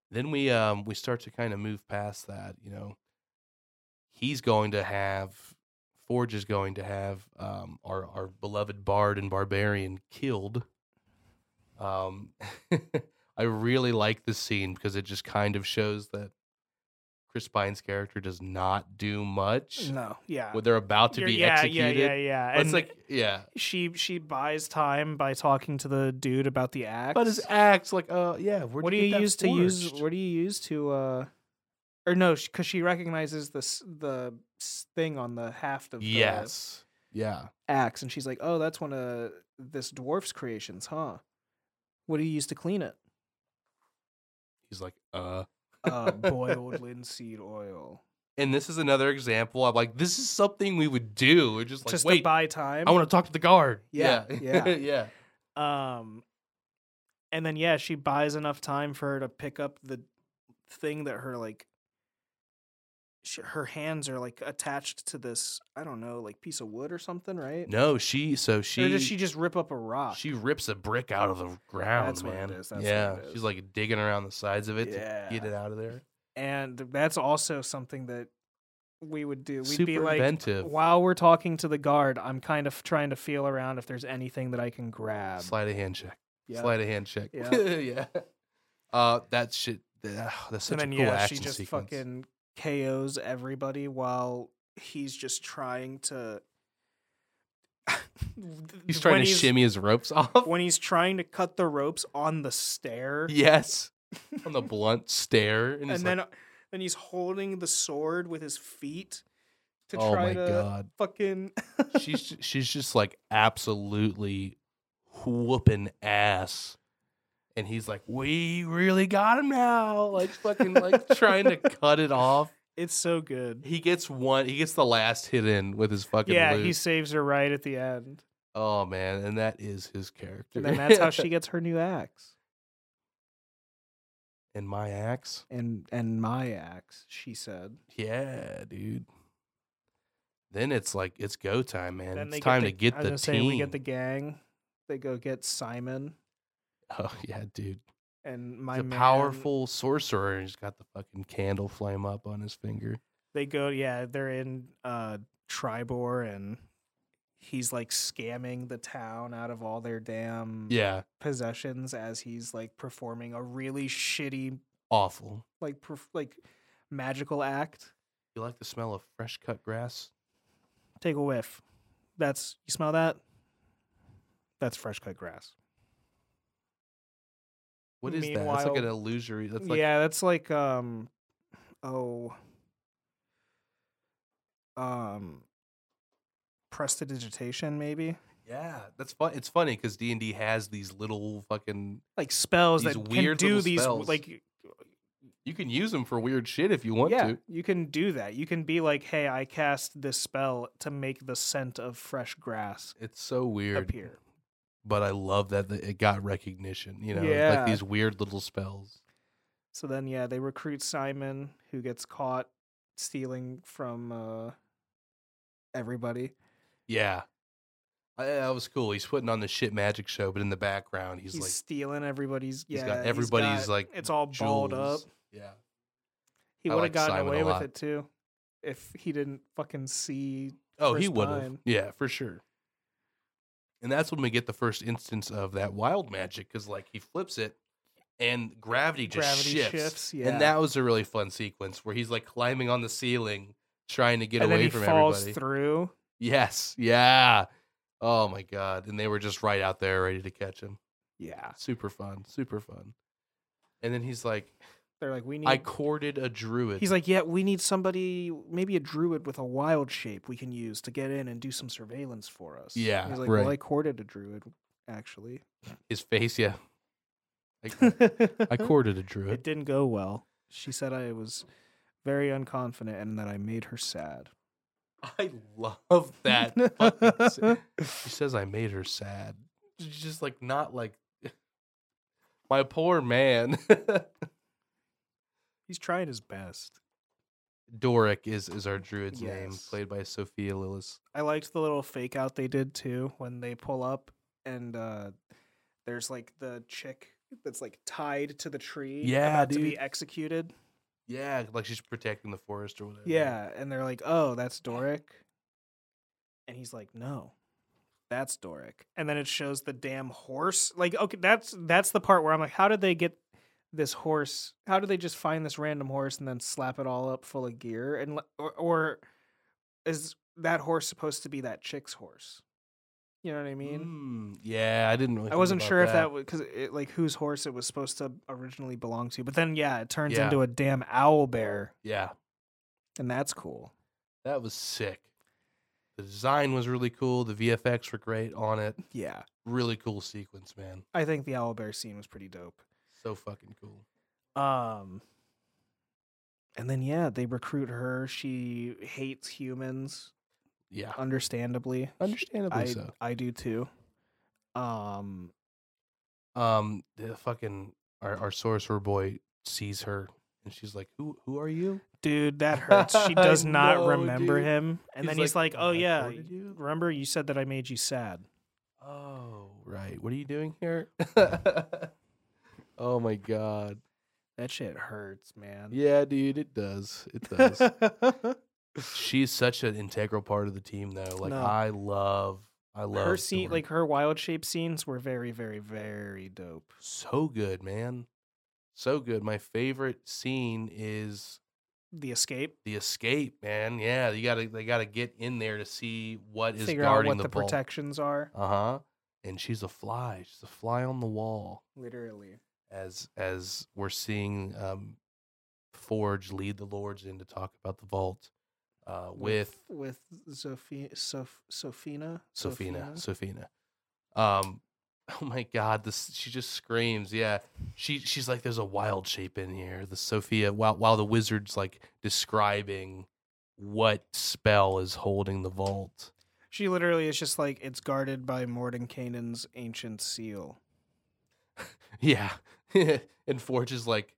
Speaker 2: Then we um we start to kind of move past that, you know. He's going to have Forge is going to have um our our beloved bard and barbarian killed. Um I really like this scene because it just kind of shows that Chris Pine's character does not do much.
Speaker 1: No, yeah.
Speaker 2: When they're about to
Speaker 1: You're-
Speaker 2: be
Speaker 1: yeah,
Speaker 2: executed.
Speaker 1: yeah, yeah, yeah.
Speaker 2: It's
Speaker 1: And
Speaker 2: like yeah.
Speaker 1: she she buys time by talking to the dude about the axe.
Speaker 2: But his acts like uh yeah, where
Speaker 1: what do
Speaker 2: did
Speaker 1: you
Speaker 2: that
Speaker 1: use to use?
Speaker 2: forged?
Speaker 1: What do you use to? uh Or no, because she recognizes this the s- thing on the haft of the
Speaker 2: Yes. Yeah.
Speaker 1: axe, and she's like, "Oh, that's one of this dwarf's creations, huh? What do you use to clean it?
Speaker 2: He's like uh
Speaker 1: Uh, boiled linseed oil.
Speaker 2: and this is another example. I'm like, this is something we would do. We're just like,
Speaker 1: Just to
Speaker 2: wait,
Speaker 1: buy time.
Speaker 2: I want to talk to the guard.
Speaker 1: Yeah,
Speaker 2: yeah,
Speaker 1: yeah.
Speaker 2: yeah.
Speaker 1: Um, and then yeah, she buys enough time for her to pick up the thing that her like sh her hands are like attached to this I don't know like piece of wood or something, right?
Speaker 2: No, she. So
Speaker 1: or
Speaker 2: she.
Speaker 1: does she just rip up a rock?
Speaker 2: she rips a brick out of the ground,
Speaker 1: That's what it
Speaker 2: man.
Speaker 1: is, that's what
Speaker 2: yeah,
Speaker 1: it
Speaker 2: she's
Speaker 1: is.
Speaker 2: like digging around the sides of it to get
Speaker 1: Yeah.
Speaker 2: it out of there.
Speaker 1: and that's also something that we would do. We'd
Speaker 2: Super
Speaker 1: be like,
Speaker 2: inventive.
Speaker 1: while we're talking to the guard, I'm kind of trying to feel around if there's anything that I can grab.
Speaker 2: Slide a hand check.
Speaker 1: Yeah.
Speaker 2: Slide a hand check.
Speaker 1: Yeah.
Speaker 2: yeah. Uh, that shit. Uh, that's such
Speaker 1: and then
Speaker 2: a cool
Speaker 1: yeah,
Speaker 2: action
Speaker 1: she just
Speaker 2: sequence.
Speaker 1: fucking KOs everybody while he's just trying to.
Speaker 2: He's trying
Speaker 1: when
Speaker 2: to
Speaker 1: he's-
Speaker 2: shimmy his ropes off.
Speaker 1: when he's trying to cut the ropes on the stair,
Speaker 2: yes. On the blunt stair, and, he's
Speaker 1: and
Speaker 2: like,
Speaker 1: then then he's holding the sword with his feet to
Speaker 2: "Oh
Speaker 1: try
Speaker 2: my
Speaker 1: to
Speaker 2: god!"
Speaker 1: fucking.
Speaker 2: she's she's just like absolutely whooping ass, and he's like, "We really got him now!" Like fucking like trying to cut it off.
Speaker 1: It's so good.
Speaker 2: He gets one. He gets the last hit in with his fucking
Speaker 1: yeah,
Speaker 2: loot.
Speaker 1: he saves her right at the end,
Speaker 2: oh man, and that is his character.
Speaker 1: and then that's how she gets her new axe
Speaker 2: and my axe.
Speaker 1: and and my axe. She said.
Speaker 2: Yeah, dude. Then it's like it's go time, man.
Speaker 1: then
Speaker 2: it's time
Speaker 1: the,
Speaker 2: to get
Speaker 1: I was
Speaker 2: the
Speaker 1: gonna
Speaker 2: team.
Speaker 1: say we get the gang. They go get Simon
Speaker 2: oh yeah, dude.
Speaker 1: and my
Speaker 2: He's a
Speaker 1: man-
Speaker 2: powerful sorcerer. and He's got the fucking candle flame up on his finger.
Speaker 1: They go, yeah, they're in uh Tribor, and he's like scamming the town out of all their damn
Speaker 2: Yeah,
Speaker 1: possessions as he's like performing a really shitty
Speaker 2: awful.
Speaker 1: like perf- like magical act.
Speaker 2: You like the smell of fresh cut grass?
Speaker 1: Take a whiff. That's you smell that? That's fresh cut grass.
Speaker 2: What is that? That's like an
Speaker 1: Meanwhile-
Speaker 2: illusory. That's like
Speaker 1: yeah, that's like um oh um prestidigitation maybe.
Speaker 2: yeah. That's fun. It's funny because D and D has these little fucking
Speaker 1: Like spells
Speaker 2: These
Speaker 1: that
Speaker 2: weird
Speaker 1: can do
Speaker 2: little
Speaker 1: these
Speaker 2: spells.
Speaker 1: like
Speaker 2: You can use them for weird shit if you want
Speaker 1: yeah,
Speaker 2: to.
Speaker 1: you can do that. You can be like, "Hey, I cast this spell to make the scent of fresh grass
Speaker 2: It's so weird,
Speaker 1: appear."
Speaker 2: but I love that th- it got recognition. You know,
Speaker 1: Yeah.
Speaker 2: like these weird little spells.
Speaker 1: So then, yeah, they recruit Simon, who gets caught stealing from uh, everybody.
Speaker 2: Yeah, I, that was cool. He's putting on the shit magic show, but in the background, he's,
Speaker 1: He's, stealing everybody's.
Speaker 2: he's
Speaker 1: Yeah,
Speaker 2: got everybody's, like,
Speaker 1: it's all
Speaker 2: like
Speaker 1: balled up.
Speaker 2: jewels. Yeah,
Speaker 1: He
Speaker 2: I
Speaker 1: would have
Speaker 2: like
Speaker 1: gotten
Speaker 2: Simon a
Speaker 1: away with
Speaker 2: lot.
Speaker 1: it too, if he didn't fucking see.
Speaker 2: oh, he
Speaker 1: First
Speaker 2: would have.
Speaker 1: time.
Speaker 2: Yeah, for sure. And that's when we get the first instance of that wild magic because, like, he flips it. And gravity just
Speaker 1: Gravity
Speaker 2: shifts.
Speaker 1: shifts, yeah.
Speaker 2: And that was a really fun sequence where he's like climbing on the ceiling, trying to get
Speaker 1: and
Speaker 2: away
Speaker 1: then he
Speaker 2: from
Speaker 1: falls
Speaker 2: everybody.
Speaker 1: through.
Speaker 2: Yes. Yeah. Oh my god. And they were just right out there ready to catch him.
Speaker 1: Yeah,
Speaker 2: Super fun. Super fun. And then he's like,
Speaker 1: they're like, we need.
Speaker 2: I courted a druid.
Speaker 1: He's like, yeah, we need somebody, maybe a druid with a wild shape we can use to get in and do some surveillance for us.
Speaker 2: Yeah,
Speaker 1: he's like, well,
Speaker 2: right.
Speaker 1: I courted a druid actually.
Speaker 2: his face, yeah. Like, I courted a
Speaker 1: It
Speaker 2: druid.
Speaker 1: didn't go well. She said I was very unconfident and that I made her sad.
Speaker 2: I love that. fucking sa- she says I made her sad. She's just like not like my poor man.
Speaker 1: He's trying his best.
Speaker 2: Doric is is our druid's name,
Speaker 1: Yes.
Speaker 2: played by Sophia Lillis.
Speaker 1: I liked the little fake out they did too when they pull up and uh, there's like the chick that's like tied to the tree,
Speaker 2: Yeah,
Speaker 1: about to
Speaker 2: dude.
Speaker 1: be executed.
Speaker 2: Yeah, like she's protecting the forest or whatever.
Speaker 1: Yeah, and they're like, "Oh, that's Doric," and he's like, "No." That's Doric, and then it shows the damn horse. Like, okay, that's that's the part where I'm like, how did they get this horse how do they just find this random horse and then slap it all up full of gear and le- or, or is that horse supposed to be that chick's horse you know what i mean
Speaker 2: Mm, yeah, I didn't. Really
Speaker 1: I
Speaker 2: think
Speaker 1: wasn't
Speaker 2: about
Speaker 1: sure if that was because it, like whose horse it was supposed to originally belong to, but then yeah, it turns
Speaker 2: Yeah.
Speaker 1: into a damn owl bear,
Speaker 2: Yeah,
Speaker 1: and that's cool.
Speaker 2: that was sick. The design was really cool. The VFX were great on it.
Speaker 1: Yeah,
Speaker 2: Really cool sequence, man.
Speaker 1: I think the owl bear scene was pretty dope.
Speaker 2: So fucking cool.
Speaker 1: Um, and then yeah, they recruit her. She hates humans,
Speaker 2: Yeah,
Speaker 1: understandably. Uh,
Speaker 2: understandably
Speaker 1: I
Speaker 2: so.
Speaker 1: I do too. Um,
Speaker 2: Um, the fucking our, our sorcerer boy sees her and she's like, "Who who are you?"
Speaker 1: dude, that hurts. She does
Speaker 2: I
Speaker 1: not
Speaker 2: know,
Speaker 1: remember
Speaker 2: dude.
Speaker 1: him, and then he's like, "Oh
Speaker 2: "I
Speaker 1: yeah,
Speaker 2: courted you?"
Speaker 1: remember you said that I made you sad."
Speaker 2: Oh, right. What are you doing here? oh my god.
Speaker 1: That shit hurts, man.
Speaker 2: Yeah, dude, it does. It does. She's such an integral part of the team though. Like
Speaker 1: No.
Speaker 2: I love I love
Speaker 1: her scene,
Speaker 2: Dory.
Speaker 1: like her wild shape scenes, were very, very, very dope.
Speaker 2: so good, man. So good. My favorite scene is
Speaker 1: The escape,
Speaker 2: the escape, man. Yeah, you gotta they gotta get in there to see what is
Speaker 1: figure out
Speaker 2: guarding
Speaker 1: what the,
Speaker 2: the, vault.
Speaker 1: protections are.
Speaker 2: Uh huh. And she's a fly. She's a fly on the wall
Speaker 1: Literally,
Speaker 2: as as we're seeing um, Forge lead the Lords in to talk about the vault uh, with
Speaker 1: with Zophi- Sof- Sophina,
Speaker 2: Sophina. Sophina. Um, oh my God! This she just screams. Yeah, she she's like, "There's a wild shape in here." The Sophia, while while the wizard's like describing what spell is holding the vault.
Speaker 1: She literally is just like it's guarded by Mordenkainen's ancient seal.
Speaker 2: Yeah. and Forge is like,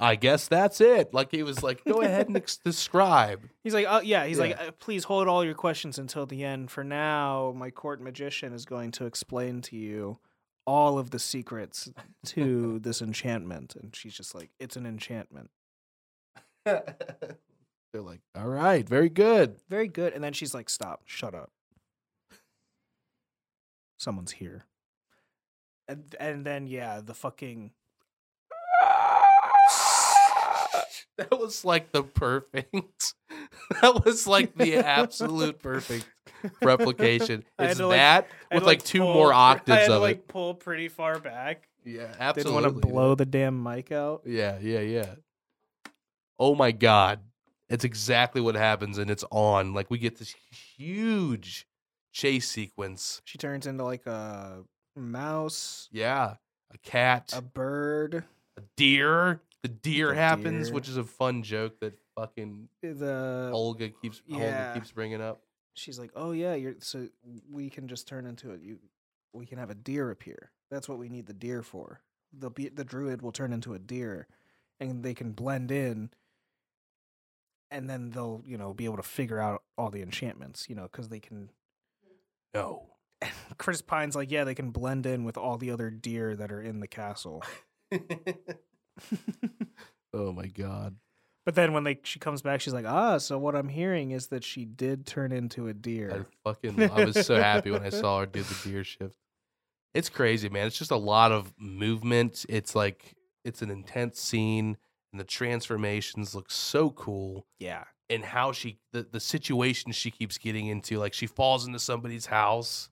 Speaker 2: I guess that's it. Like he was like, go ahead and ex- describe.
Speaker 1: He's like, oh yeah. He's like,
Speaker 2: Yeah.
Speaker 1: uh, please hold all your questions until the end. For now, my court magician is going to explain to you all of the secrets to this enchantment. And she's just like, it's an enchantment.
Speaker 2: They're like, all right, very good.
Speaker 1: Very good. And then she's like, stop, shut up. Someone's here. And, and then yeah, the fucking
Speaker 2: That was like the perfect. that was like the absolute perfect replication.
Speaker 1: I had
Speaker 2: It's
Speaker 1: to,
Speaker 2: that
Speaker 1: like- I had
Speaker 2: with
Speaker 1: to,
Speaker 2: like, two
Speaker 1: pull-
Speaker 2: more
Speaker 1: I had
Speaker 2: octaves
Speaker 1: to,
Speaker 2: of
Speaker 1: like
Speaker 2: it.
Speaker 1: pull pretty far back.
Speaker 2: Yeah,
Speaker 1: Didn't
Speaker 2: absolutely.
Speaker 1: want to blow the damn mic out.
Speaker 2: Yeah, yeah, yeah. Oh my god. It's exactly what happens and it's on. Like we get this huge chase sequence.
Speaker 1: She turns into like a mouse,
Speaker 2: Yeah. A cat,
Speaker 1: a bird,
Speaker 2: a deer. The deer
Speaker 1: The
Speaker 2: happens,
Speaker 1: deer.
Speaker 2: which is a fun joke that fucking
Speaker 1: the
Speaker 2: Olga keeps
Speaker 1: yeah.
Speaker 2: Olga keeps bringing up.
Speaker 1: she's like, "Oh yeah, you're so we can just turn into it. You we can have a deer appear. That's what we need the deer for. The be- the druid will turn into a deer and they can blend in and then they'll, you know, be able to figure out all the enchantments, you know, cuz they can
Speaker 2: No.
Speaker 1: Chris Pine's like, "Yeah, they can blend in with all the other deer that are in the castle."
Speaker 2: oh my god.
Speaker 1: But then when they she comes back, she's like, "Ah, so what I'm hearing is that she did turn into a
Speaker 2: I
Speaker 1: deer."
Speaker 2: fucking I was so happy when I saw her do the deer shift. It's crazy, man. It's just a lot of movement. It's like it's an intense scene and the transformations look so cool
Speaker 1: yeah.
Speaker 2: and how she the, the situation she keeps getting into like she falls into somebody's house,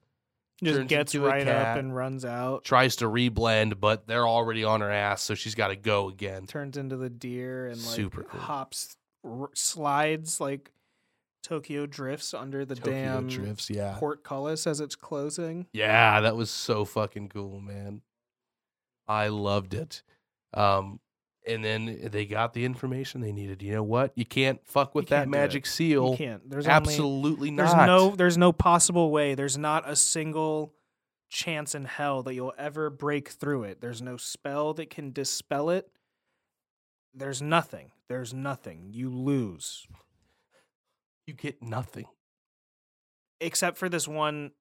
Speaker 1: Just
Speaker 2: Turns
Speaker 1: gets
Speaker 2: into a
Speaker 1: right up
Speaker 2: cat.
Speaker 1: and runs out.
Speaker 2: tries to reblend but they're already on her ass so she's got to go again.
Speaker 1: turns into the deer and like
Speaker 2: Super cool.
Speaker 1: hops r- slides like Tokyo drifts under the
Speaker 2: Tokyo
Speaker 1: damn
Speaker 2: drifts, yeah.
Speaker 1: portcullis as it's closing.
Speaker 2: Yeah, that was so fucking cool, man. I loved it. Um, and then they got the information they needed. You know what? You can't fuck with that
Speaker 1: can't do it.
Speaker 2: magic
Speaker 1: You
Speaker 2: seal.
Speaker 1: can't. There's only
Speaker 2: Absolutely
Speaker 1: there's
Speaker 2: not.
Speaker 1: no there's no possible way. There's not a single chance in hell that you'll ever break through it. There's no spell that can dispel it. There's nothing. There's nothing. You lose.
Speaker 2: You get nothing.
Speaker 1: Except for this one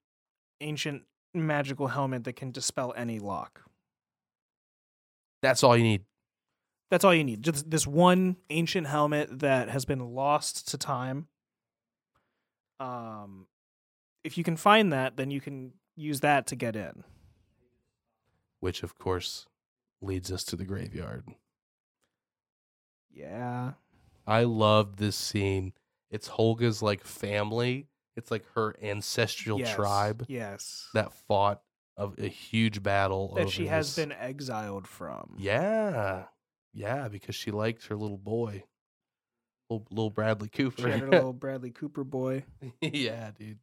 Speaker 1: ancient magical helmet that can dispel any lock.
Speaker 2: That's all you need.
Speaker 1: That's all you need. Just this one ancient helmet that has been lost to time. Um, if you can find that, then you can use that to get in.
Speaker 2: Which, of course, leads us to the graveyard.
Speaker 1: Yeah.
Speaker 2: I love this scene. It's Holga's like family. It's like her ancestral
Speaker 1: Yes.
Speaker 2: tribe
Speaker 1: Yes.
Speaker 2: that fought of a huge battle
Speaker 1: That she
Speaker 2: over
Speaker 1: has
Speaker 2: this-
Speaker 1: been exiled from.
Speaker 2: Yeah, yeah, because she liked her little boy, little, little Bradley
Speaker 1: She
Speaker 2: Cooper.
Speaker 1: had her little Bradley Cooper boy.
Speaker 2: yeah, dude.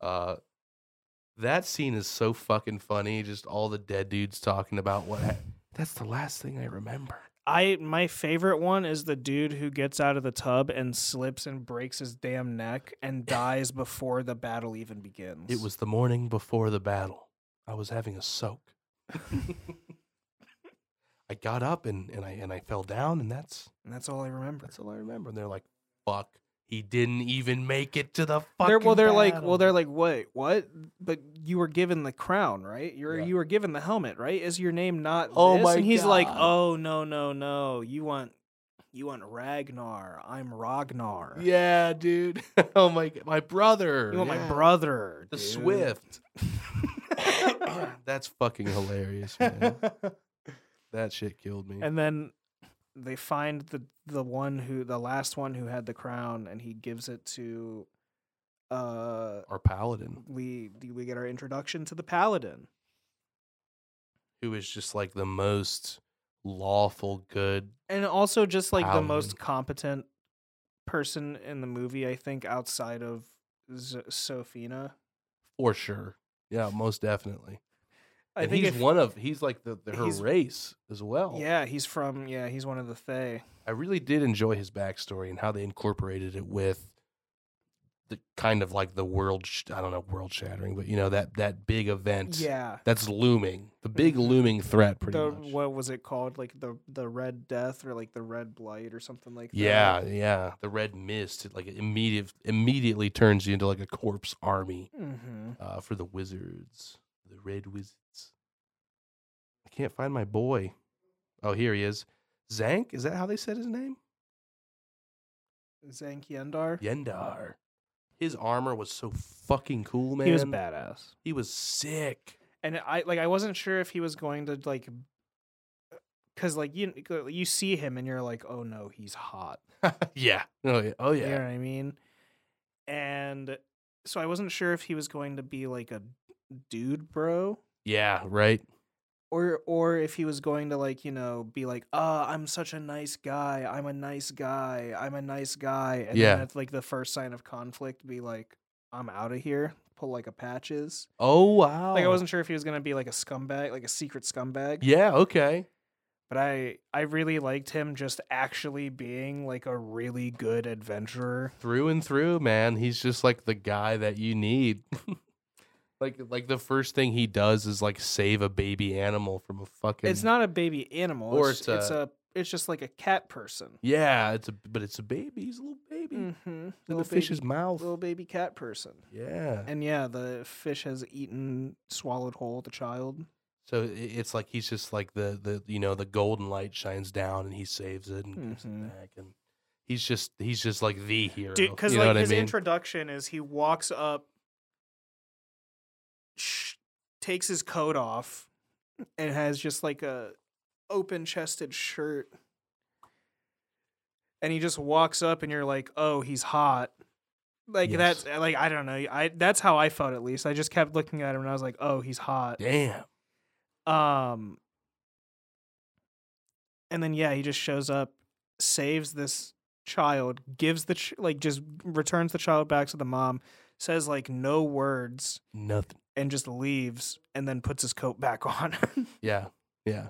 Speaker 2: Uh, that scene is so fucking funny. Just all the dead dudes talking about what. hap- That's the last thing I remember.
Speaker 1: I my favorite one is the dude who gets out of the tub and slips and breaks his damn neck and dies before the battle even begins.
Speaker 2: It was the morning before the battle. I was having a soak. I got up and, and I and I fell down, and that's
Speaker 1: and that's all I remember.
Speaker 2: that's all I remember. And they're like, "Fuck, he didn't even make it to the fucking."
Speaker 1: They're, well, they're like,
Speaker 2: battle."
Speaker 1: well, they're like, wait, what? But you were given the crown, right? You're
Speaker 2: Yeah.
Speaker 1: you were given the helmet, right? Is your name not?
Speaker 2: Oh
Speaker 1: this?
Speaker 2: my
Speaker 1: And he's like,
Speaker 2: God.
Speaker 1: oh no, no, no. You want, you want Ragnar? I'm Ragnar.
Speaker 2: yeah, dude. oh my, g- my brother.
Speaker 1: You want my
Speaker 2: yeah.
Speaker 1: brother?
Speaker 2: The
Speaker 1: dude.
Speaker 2: Swift. That's fucking hilarious, man. That shit killed me.
Speaker 1: And then they find the the one who the last one who had the crown, and he gives it to. Uh,
Speaker 2: Our paladin,
Speaker 1: we we get our introduction to the paladin.
Speaker 2: who is just like the most lawful good.
Speaker 1: and also just like the
Speaker 2: Paladin.
Speaker 1: most competent person in the movie, I think, outside of Z- Sophina.
Speaker 2: For sure. Yeah, most definitely.
Speaker 1: I
Speaker 2: and
Speaker 1: think
Speaker 2: he's
Speaker 1: if-
Speaker 2: one of he's like the, the her
Speaker 1: he's-
Speaker 2: race as well.
Speaker 1: Yeah, he's from. Yeah, he's one of the Thay.
Speaker 2: I really did enjoy his backstory and how they incorporated it with the kind of like the world sh- I don't know world shattering, but you know that that big event
Speaker 1: Yeah.
Speaker 2: that's looming, the big
Speaker 1: Mhm.
Speaker 2: looming threat, pretty
Speaker 1: The,
Speaker 2: much.
Speaker 1: what was it called? Like the the Red Death or like the Red Blight or something like that.
Speaker 2: Yeah, yeah. The red mist, it, like it immediate, immediately turns you into like a corpse army
Speaker 1: Mm-hmm.
Speaker 2: uh, for the wizards, the red wizards. I can't find my boy. Oh, here he is. Zank, is that how they said his name?
Speaker 1: Zank Yendar.
Speaker 2: Yendar. His armor was so fucking cool, man.
Speaker 1: he was badass.
Speaker 2: He was sick.
Speaker 1: and I like I wasn't sure if he was going to like because like you you see him and you're like oh no he's hot
Speaker 2: yeah. Oh yeah. Oh yeah.
Speaker 1: You know what I mean? And so I wasn't sure if he was going to be like a dude bro
Speaker 2: Yeah, right.
Speaker 1: or or if he was going to like, you know, be like, "Ah, I'm such a nice guy. I'm a nice guy. I'm a nice guy." And
Speaker 2: Yeah.
Speaker 1: then at like the first sign of conflict be like, "I'm out of here." Pull like a patches.
Speaker 2: Oh wow.
Speaker 1: Like I wasn't sure if he was going to be like a scumbag, like a secret scumbag.
Speaker 2: Yeah, okay.
Speaker 1: But I I really liked him just actually being like a really good adventurer.
Speaker 2: through and through, man. He's just like the guy that you need. like like the first thing he does is like save a baby animal from a fucking
Speaker 1: It's not a baby animal.
Speaker 2: Or
Speaker 1: it's,
Speaker 2: it's
Speaker 1: it's a it's just like a cat person.
Speaker 2: Yeah, it's a but it's a baby. He's a little baby.
Speaker 1: Mm-hmm.
Speaker 2: In the fish's mouth.
Speaker 1: little baby cat person.
Speaker 2: Yeah.
Speaker 1: And yeah, the fish has eaten, swallowed whole the child.
Speaker 2: So i- it's like he's just like the the you know, the golden light shines down and he saves it and gives
Speaker 1: Mhm.
Speaker 2: it back and he's just he's just like the hero.
Speaker 1: Dude, because
Speaker 2: you know
Speaker 1: like
Speaker 2: what
Speaker 1: his
Speaker 2: I mean?
Speaker 1: introduction is he walks up, sh- takes his coat off, and has just like a open chested shirt, and he just walks up, and you're like, oh, he's hot. Like
Speaker 2: Yes.
Speaker 1: that's like I don't know. I that's how I felt at least. I just kept looking at him and I was like, "Oh, he's hot."
Speaker 2: Damn.
Speaker 1: Um, and then yeah, he just shows up, saves this child, gives the ch- like just returns the child back to the mom, says like no words,
Speaker 2: Nothing.
Speaker 1: and just leaves, and then puts his coat back on.
Speaker 2: Yeah. Yeah.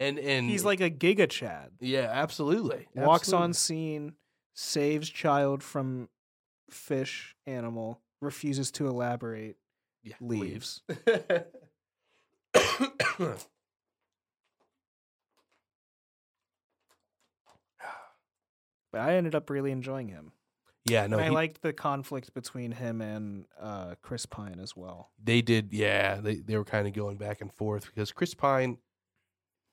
Speaker 2: And and
Speaker 1: He's like a giga Chad.
Speaker 2: Yeah, absolutely.
Speaker 1: Walks on
Speaker 2: Mm. Absolutely.
Speaker 1: scene, saves child from fish animal, refuses to elaborate,
Speaker 2: Yeah,
Speaker 1: leaves. But I ended up really enjoying him.
Speaker 2: yeah, no,
Speaker 1: and I
Speaker 2: he-
Speaker 1: liked the conflict between him and uh, Chris Pine as well.
Speaker 2: they did. Yeah, they they were kind of going back and forth because Chris Pine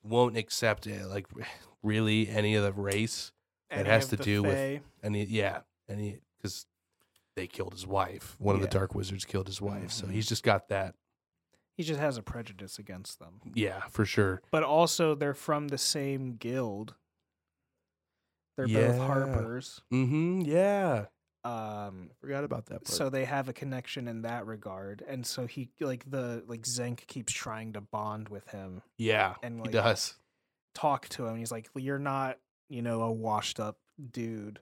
Speaker 2: won't accept it, like really any of the race, It
Speaker 1: Any
Speaker 2: has
Speaker 1: of
Speaker 2: to
Speaker 1: the
Speaker 2: do with-
Speaker 1: Fae.
Speaker 2: any yeah, any because they killed his wife. One of
Speaker 1: Yeah.
Speaker 2: the Dark Wizards killed his wife, so
Speaker 1: Mhm.
Speaker 2: he's just got that
Speaker 1: he just has a prejudice against them.
Speaker 2: Yeah, for sure.
Speaker 1: But also, they're from the same guild. They're both
Speaker 2: Yeah.
Speaker 1: Harpers,
Speaker 2: Mm-hmm. Yeah.
Speaker 1: um,
Speaker 2: Forgot about that part.
Speaker 1: so they have a connection in that regard. And so he like the like Zenk keeps trying to bond with him
Speaker 2: yeah,
Speaker 1: and
Speaker 2: he
Speaker 1: like
Speaker 2: does.
Speaker 1: talk to him. He's like, "You're not, you know, a washed up dude.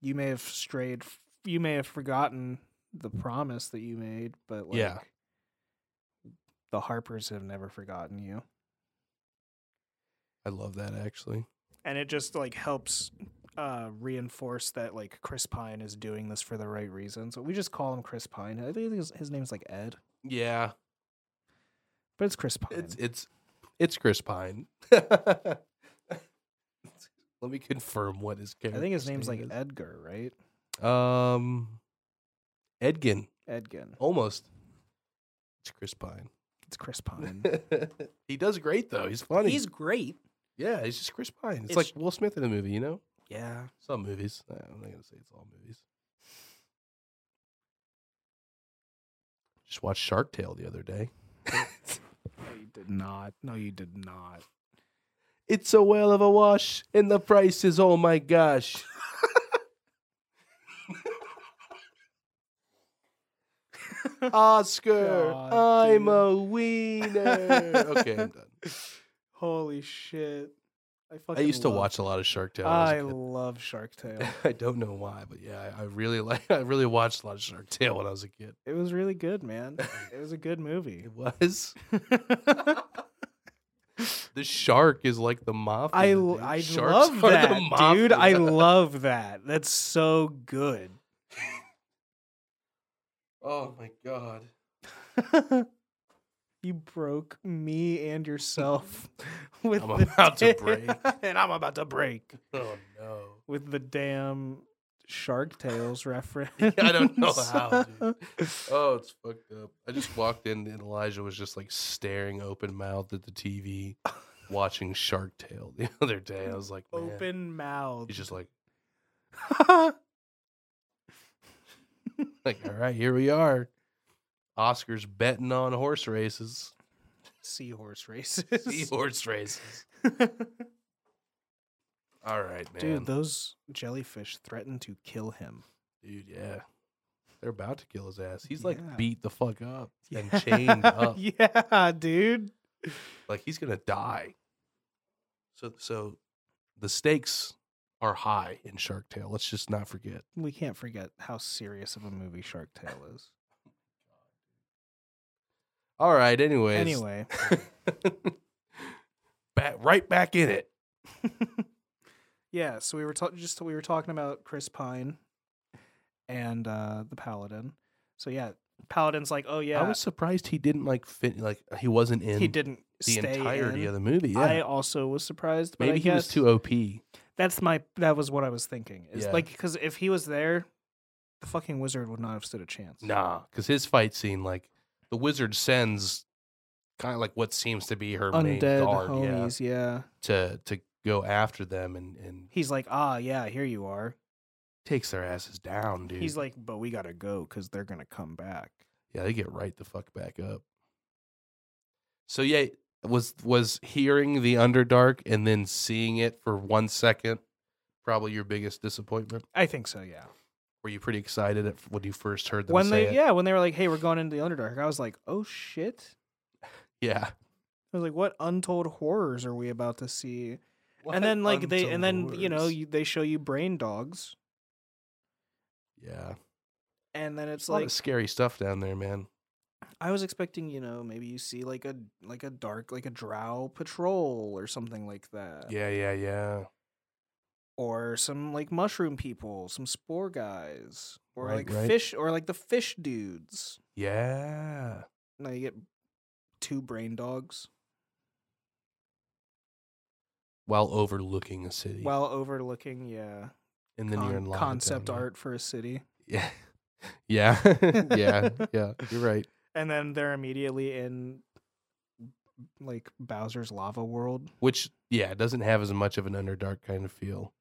Speaker 1: You may have strayed. f- You may have forgotten the promise that you made, but like,
Speaker 2: Yeah.
Speaker 1: the Harpers have never forgotten you."
Speaker 2: I love that actually.
Speaker 1: and it just like helps uh reinforce that like Chris Pine is doing this for the right reasons. We just call him Chris Pine. I think his, his name's like Ed,
Speaker 2: Yeah,
Speaker 1: but it's Chris Pine.
Speaker 2: it's it's it's Chris Pine. Let me confirm what his character.
Speaker 1: I think his name's like Edgar, right?
Speaker 2: um, Edgin.
Speaker 1: Edgin.
Speaker 2: Almost. It's Chris Pine.
Speaker 1: It's Chris Pine.
Speaker 2: he does great though. He's funny.
Speaker 1: He's great.
Speaker 2: yeah, he's just Chris Pine. It's,
Speaker 1: It's-
Speaker 2: like Will Smith in a movie, you know?
Speaker 1: Yeah.
Speaker 2: Some movies. Uh, I'm not gonna say it's all movies. Just watched Shark Tale the other day.
Speaker 1: No, you did not. No, you did not.
Speaker 2: It's a whale of a wash, and the price is oh my gosh. Oscar,
Speaker 1: God,
Speaker 2: I'm
Speaker 1: dude.
Speaker 2: a wiener. okay, I'm done.
Speaker 1: Holy shit. I,
Speaker 2: I
Speaker 1: fucking
Speaker 2: used to
Speaker 1: love-
Speaker 2: watch a lot of Shark Tale. when was a
Speaker 1: I
Speaker 2: kid.
Speaker 1: love Shark Tale.
Speaker 2: I don't know why, but yeah, I, I really like. I really watched a lot of Shark Tale when I was a kid.
Speaker 1: It was really good, man. It was a good movie.
Speaker 2: It was the shark is like the mafia.
Speaker 1: I, l-
Speaker 2: dude.
Speaker 1: I
Speaker 2: Sharks
Speaker 1: love
Speaker 2: are the
Speaker 1: that, dude. I
Speaker 2: mafia.
Speaker 1: love that. That's so good.
Speaker 2: oh my god.
Speaker 1: you broke me and yourself with
Speaker 2: I'm
Speaker 1: the
Speaker 2: about to
Speaker 1: damn- and I'm about to break
Speaker 2: Oh no.
Speaker 1: with the damn Shark Tales reference.
Speaker 2: I don't know how, dude. Oh, it's fucked up. I just walked in and Elijah was just like staring open mouthed at the TV, watching Shark Tale the other day. I was like, man.
Speaker 1: Open mouth.
Speaker 2: He's just like,
Speaker 1: I
Speaker 2: like, all right, here we are. Oscar's betting on horse races.
Speaker 1: seahorse races.
Speaker 2: horse races. All right, man.
Speaker 1: Dude, those jellyfish threatened to kill him.
Speaker 2: Dude, yeah. They're about to kill his ass. He's like
Speaker 1: Yeah.
Speaker 2: beat the fuck up and chained up.
Speaker 1: yeah, dude.
Speaker 2: Like he's gonna die. So so the stakes are high in Shark Tale. Let's just not forget.
Speaker 1: We can't forget how serious of a movie Shark Tale is.
Speaker 2: All right, anyways.
Speaker 1: Anyway,
Speaker 2: back, right back in it.
Speaker 1: yeah. So we were ta- just we were talking about Chris Pine and uh, the Paladin. So yeah, Paladin's like, oh yeah,
Speaker 2: I was surprised he didn't like fit like he wasn't in
Speaker 1: he didn't
Speaker 2: the
Speaker 1: stay
Speaker 2: entirety
Speaker 1: in.
Speaker 2: of the movie. Yeah.
Speaker 1: I also was surprised. But
Speaker 2: Maybe
Speaker 1: I
Speaker 2: he was
Speaker 1: guess
Speaker 2: too OP.
Speaker 1: That's my. That was what I was thinking. Is
Speaker 2: Yeah.
Speaker 1: like because if he was there, the fucking wizard would not have stood a chance.
Speaker 2: Nah, because his fight scene, like the wizard sends kind of like what seems to be her main
Speaker 1: undead
Speaker 2: guard, yeah,
Speaker 1: homies. yeah.
Speaker 2: to to go after them and and
Speaker 1: He's like, ah, yeah, here you are.
Speaker 2: takes their asses down, dude.
Speaker 1: He's like, but we gotta go because they're gonna come back.
Speaker 2: yeah, they get right the fuck back up. So yeah, was was hearing the Underdark and then seeing it for one second probably your biggest disappointment?
Speaker 1: I think so. Yeah.
Speaker 2: Were you pretty excited at, when you first heard them
Speaker 1: when
Speaker 2: say
Speaker 1: they
Speaker 2: it?
Speaker 1: yeah when they were like, hey, we're going into the Underdark, I was like, oh shit.
Speaker 2: yeah.
Speaker 1: I was like, what untold horrors are we about to see? and then like they and then you know you, they show you brain dogs,
Speaker 2: yeah,
Speaker 1: and then it's
Speaker 2: a lot
Speaker 1: like
Speaker 2: of scary stuff down there, man.
Speaker 1: I was expecting you know maybe you see like a like a dark like a drow patrol or something like that.
Speaker 2: Yeah, yeah, yeah.
Speaker 1: or some like mushroom people, some spore guys, or
Speaker 2: Right,
Speaker 1: like
Speaker 2: right.
Speaker 1: fish, or like the fish dudes.
Speaker 2: Yeah.
Speaker 1: Now you get two brain dogs
Speaker 2: While overlooking a city.
Speaker 1: while overlooking, yeah,
Speaker 2: and then you're
Speaker 1: con-
Speaker 2: in lava
Speaker 1: concept
Speaker 2: down there.
Speaker 1: art for a city.
Speaker 2: Yeah. Yeah. yeah. Yeah. You're right.
Speaker 1: And then they're immediately in like Bowser's lava world.
Speaker 2: Which, yeah, it doesn't have as much of an underdark kind of feel.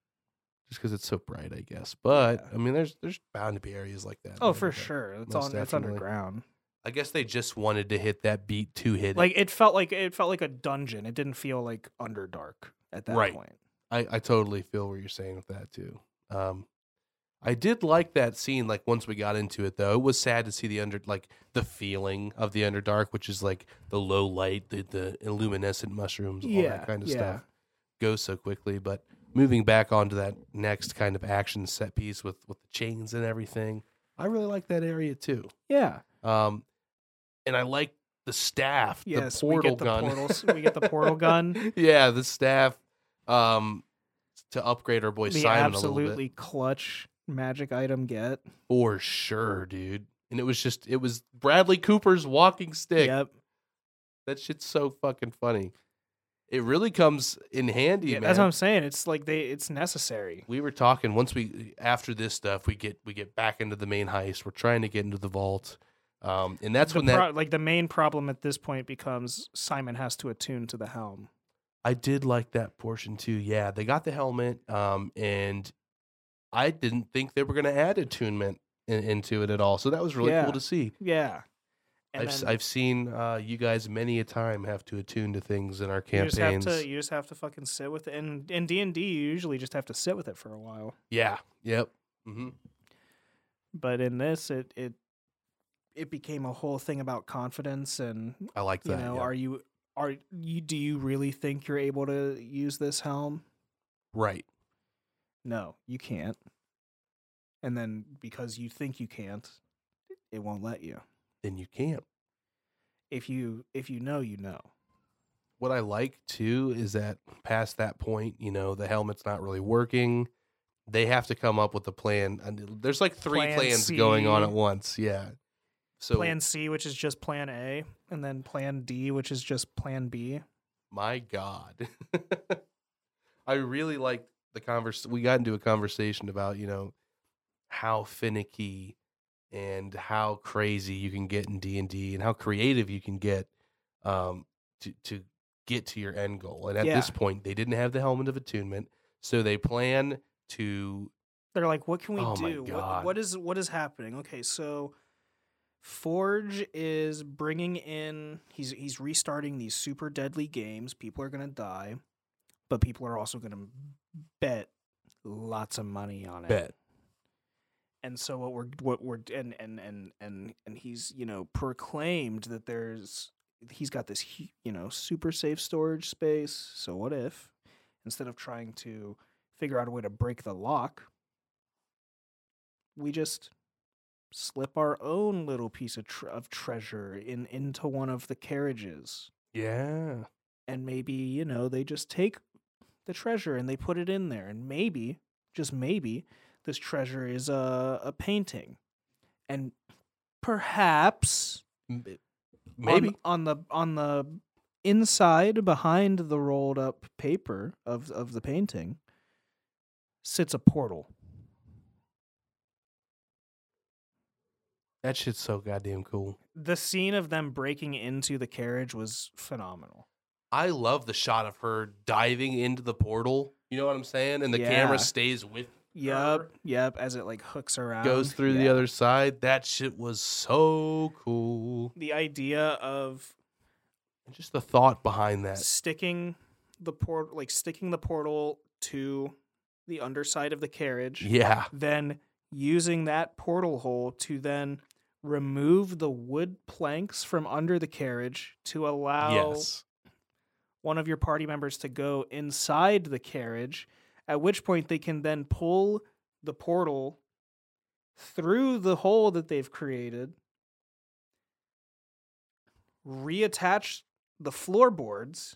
Speaker 2: Just because it's so bright, I guess. But
Speaker 1: Yeah.
Speaker 2: I mean there's there's bound to be areas like that. in
Speaker 1: Oh, for
Speaker 2: Underdark.
Speaker 1: sure. It's
Speaker 2: Most
Speaker 1: on. It's
Speaker 2: definitely.
Speaker 1: underground.
Speaker 2: I guess they just wanted to hit that beat to hit. it.
Speaker 1: Like it felt like it felt like a dungeon. It didn't feel like Underdark at that
Speaker 2: Right.
Speaker 1: point.
Speaker 2: I, I totally feel what you're saying with that too. Um, I did like that scene. Like once we got into it, though, it was sad to see the under like the feeling of the underdark, which is like the low light, the the illuminescent mushrooms, all
Speaker 1: Yeah,
Speaker 2: that kind of
Speaker 1: yeah.
Speaker 2: stuff, go so quickly. But moving back onto that next kind of action set piece with with the chains and everything, I really like that area too.
Speaker 1: Yeah.
Speaker 2: Um, and I like the staff,
Speaker 1: Yes.
Speaker 2: the
Speaker 1: we
Speaker 2: portal
Speaker 1: get the
Speaker 2: gun.
Speaker 1: portals. We get the portal gun.
Speaker 2: yeah, the staff um to upgrade our boy
Speaker 1: the
Speaker 2: Simon a little bit
Speaker 1: absolutely clutch magic item get.
Speaker 2: for sure, dude. And it was just it was Bradley Cooper's walking stick.
Speaker 1: Yep.
Speaker 2: That shit's so fucking funny. It really comes in handy,
Speaker 1: Yeah,
Speaker 2: man.
Speaker 1: that's what I'm saying. It's like they. It's necessary.
Speaker 2: we were talking once we after this stuff we get we get back into the main heist. We're trying to get into the vault, um, and that's
Speaker 1: The
Speaker 2: when that
Speaker 1: pro- like the main problem at this point becomes Simon has to attune to the helm.
Speaker 2: I did like that portion too. Yeah, they got the helmet, um, and I didn't think they were going to add attunement in, into it at all. So that was really
Speaker 1: Yeah.
Speaker 2: cool to see.
Speaker 1: Yeah.
Speaker 2: I've, s have seen uh, you guys many a time have to attune to things in our
Speaker 1: you just have
Speaker 2: campaigns.
Speaker 1: to you just have to fucking sit with it. And in D and D, you usually just have to sit with it for a while.
Speaker 2: Yeah. Yep. hmm
Speaker 1: But in this, it it it became a whole thing about confidence and
Speaker 2: I like
Speaker 1: you
Speaker 2: that.
Speaker 1: know
Speaker 2: yeah.
Speaker 1: are you are you do you really think you're able to use this helm?
Speaker 2: right.
Speaker 1: No, you can't. And then because you think you can't, it won't let you.
Speaker 2: Then you can't.
Speaker 1: If you if you know, you know.
Speaker 2: What I like too is that past that point, you know, the helmet's not really working. They have to come up with a plan. And there's like three
Speaker 1: Plan
Speaker 2: plans going on
Speaker 1: C.
Speaker 2: at once. Yeah. So
Speaker 1: plan C, which is just plan A, and then plan D, which is just plan B.
Speaker 2: my god i really liked the convers we got into a conversation about you know how finicky and how crazy you can get in d&d and how creative you can get um, to, to get to your end goal and at this
Speaker 1: Yeah.
Speaker 2: point they didn't have the helmet of attunement so they plan to
Speaker 1: They're like, what can we
Speaker 2: Oh my
Speaker 1: do? What,
Speaker 2: God.
Speaker 1: what is what is happening? Okay, so Forge is bringing in he's he's restarting these super deadly games. People are gonna die, but people are also gonna bet lots of money on it.
Speaker 2: bet
Speaker 1: and so what we're what we're and and and and and he's you know proclaimed that there's he's got this hu- you know super safe storage space so what if instead of trying to figure out a way to break the lock we just slip our own little piece of, tre- of treasure in into one of the carriages
Speaker 2: yeah
Speaker 1: and maybe you know they just take the treasure and they put it in there and maybe just maybe this treasure is a, a painting and perhaps
Speaker 2: M-
Speaker 1: on-
Speaker 2: maybe
Speaker 1: on, the on the inside behind the rolled up paper of of the painting sits a portal
Speaker 2: that shit's so goddamn cool
Speaker 1: the scene of them breaking into the carriage was phenomenal
Speaker 2: I love the shot of her diving into the portal. You know what I'm saying? And the
Speaker 1: Yeah.
Speaker 2: camera stays with,
Speaker 1: yep yep as it like hooks around
Speaker 2: Er goes through the
Speaker 1: Um, Yeah.
Speaker 2: other side. That shit was so cool.
Speaker 1: the idea of
Speaker 2: And just the thought behind that.
Speaker 1: sticking the port like sticking the portal to the underside of the carriage
Speaker 2: Yeah.
Speaker 1: then using that portal hole to then remove the wood planks from under the carriage to allow
Speaker 2: Yes.
Speaker 1: one of your party members to go inside the carriage at which point they can then pull the portal through the hole that they've created reattach the floorboards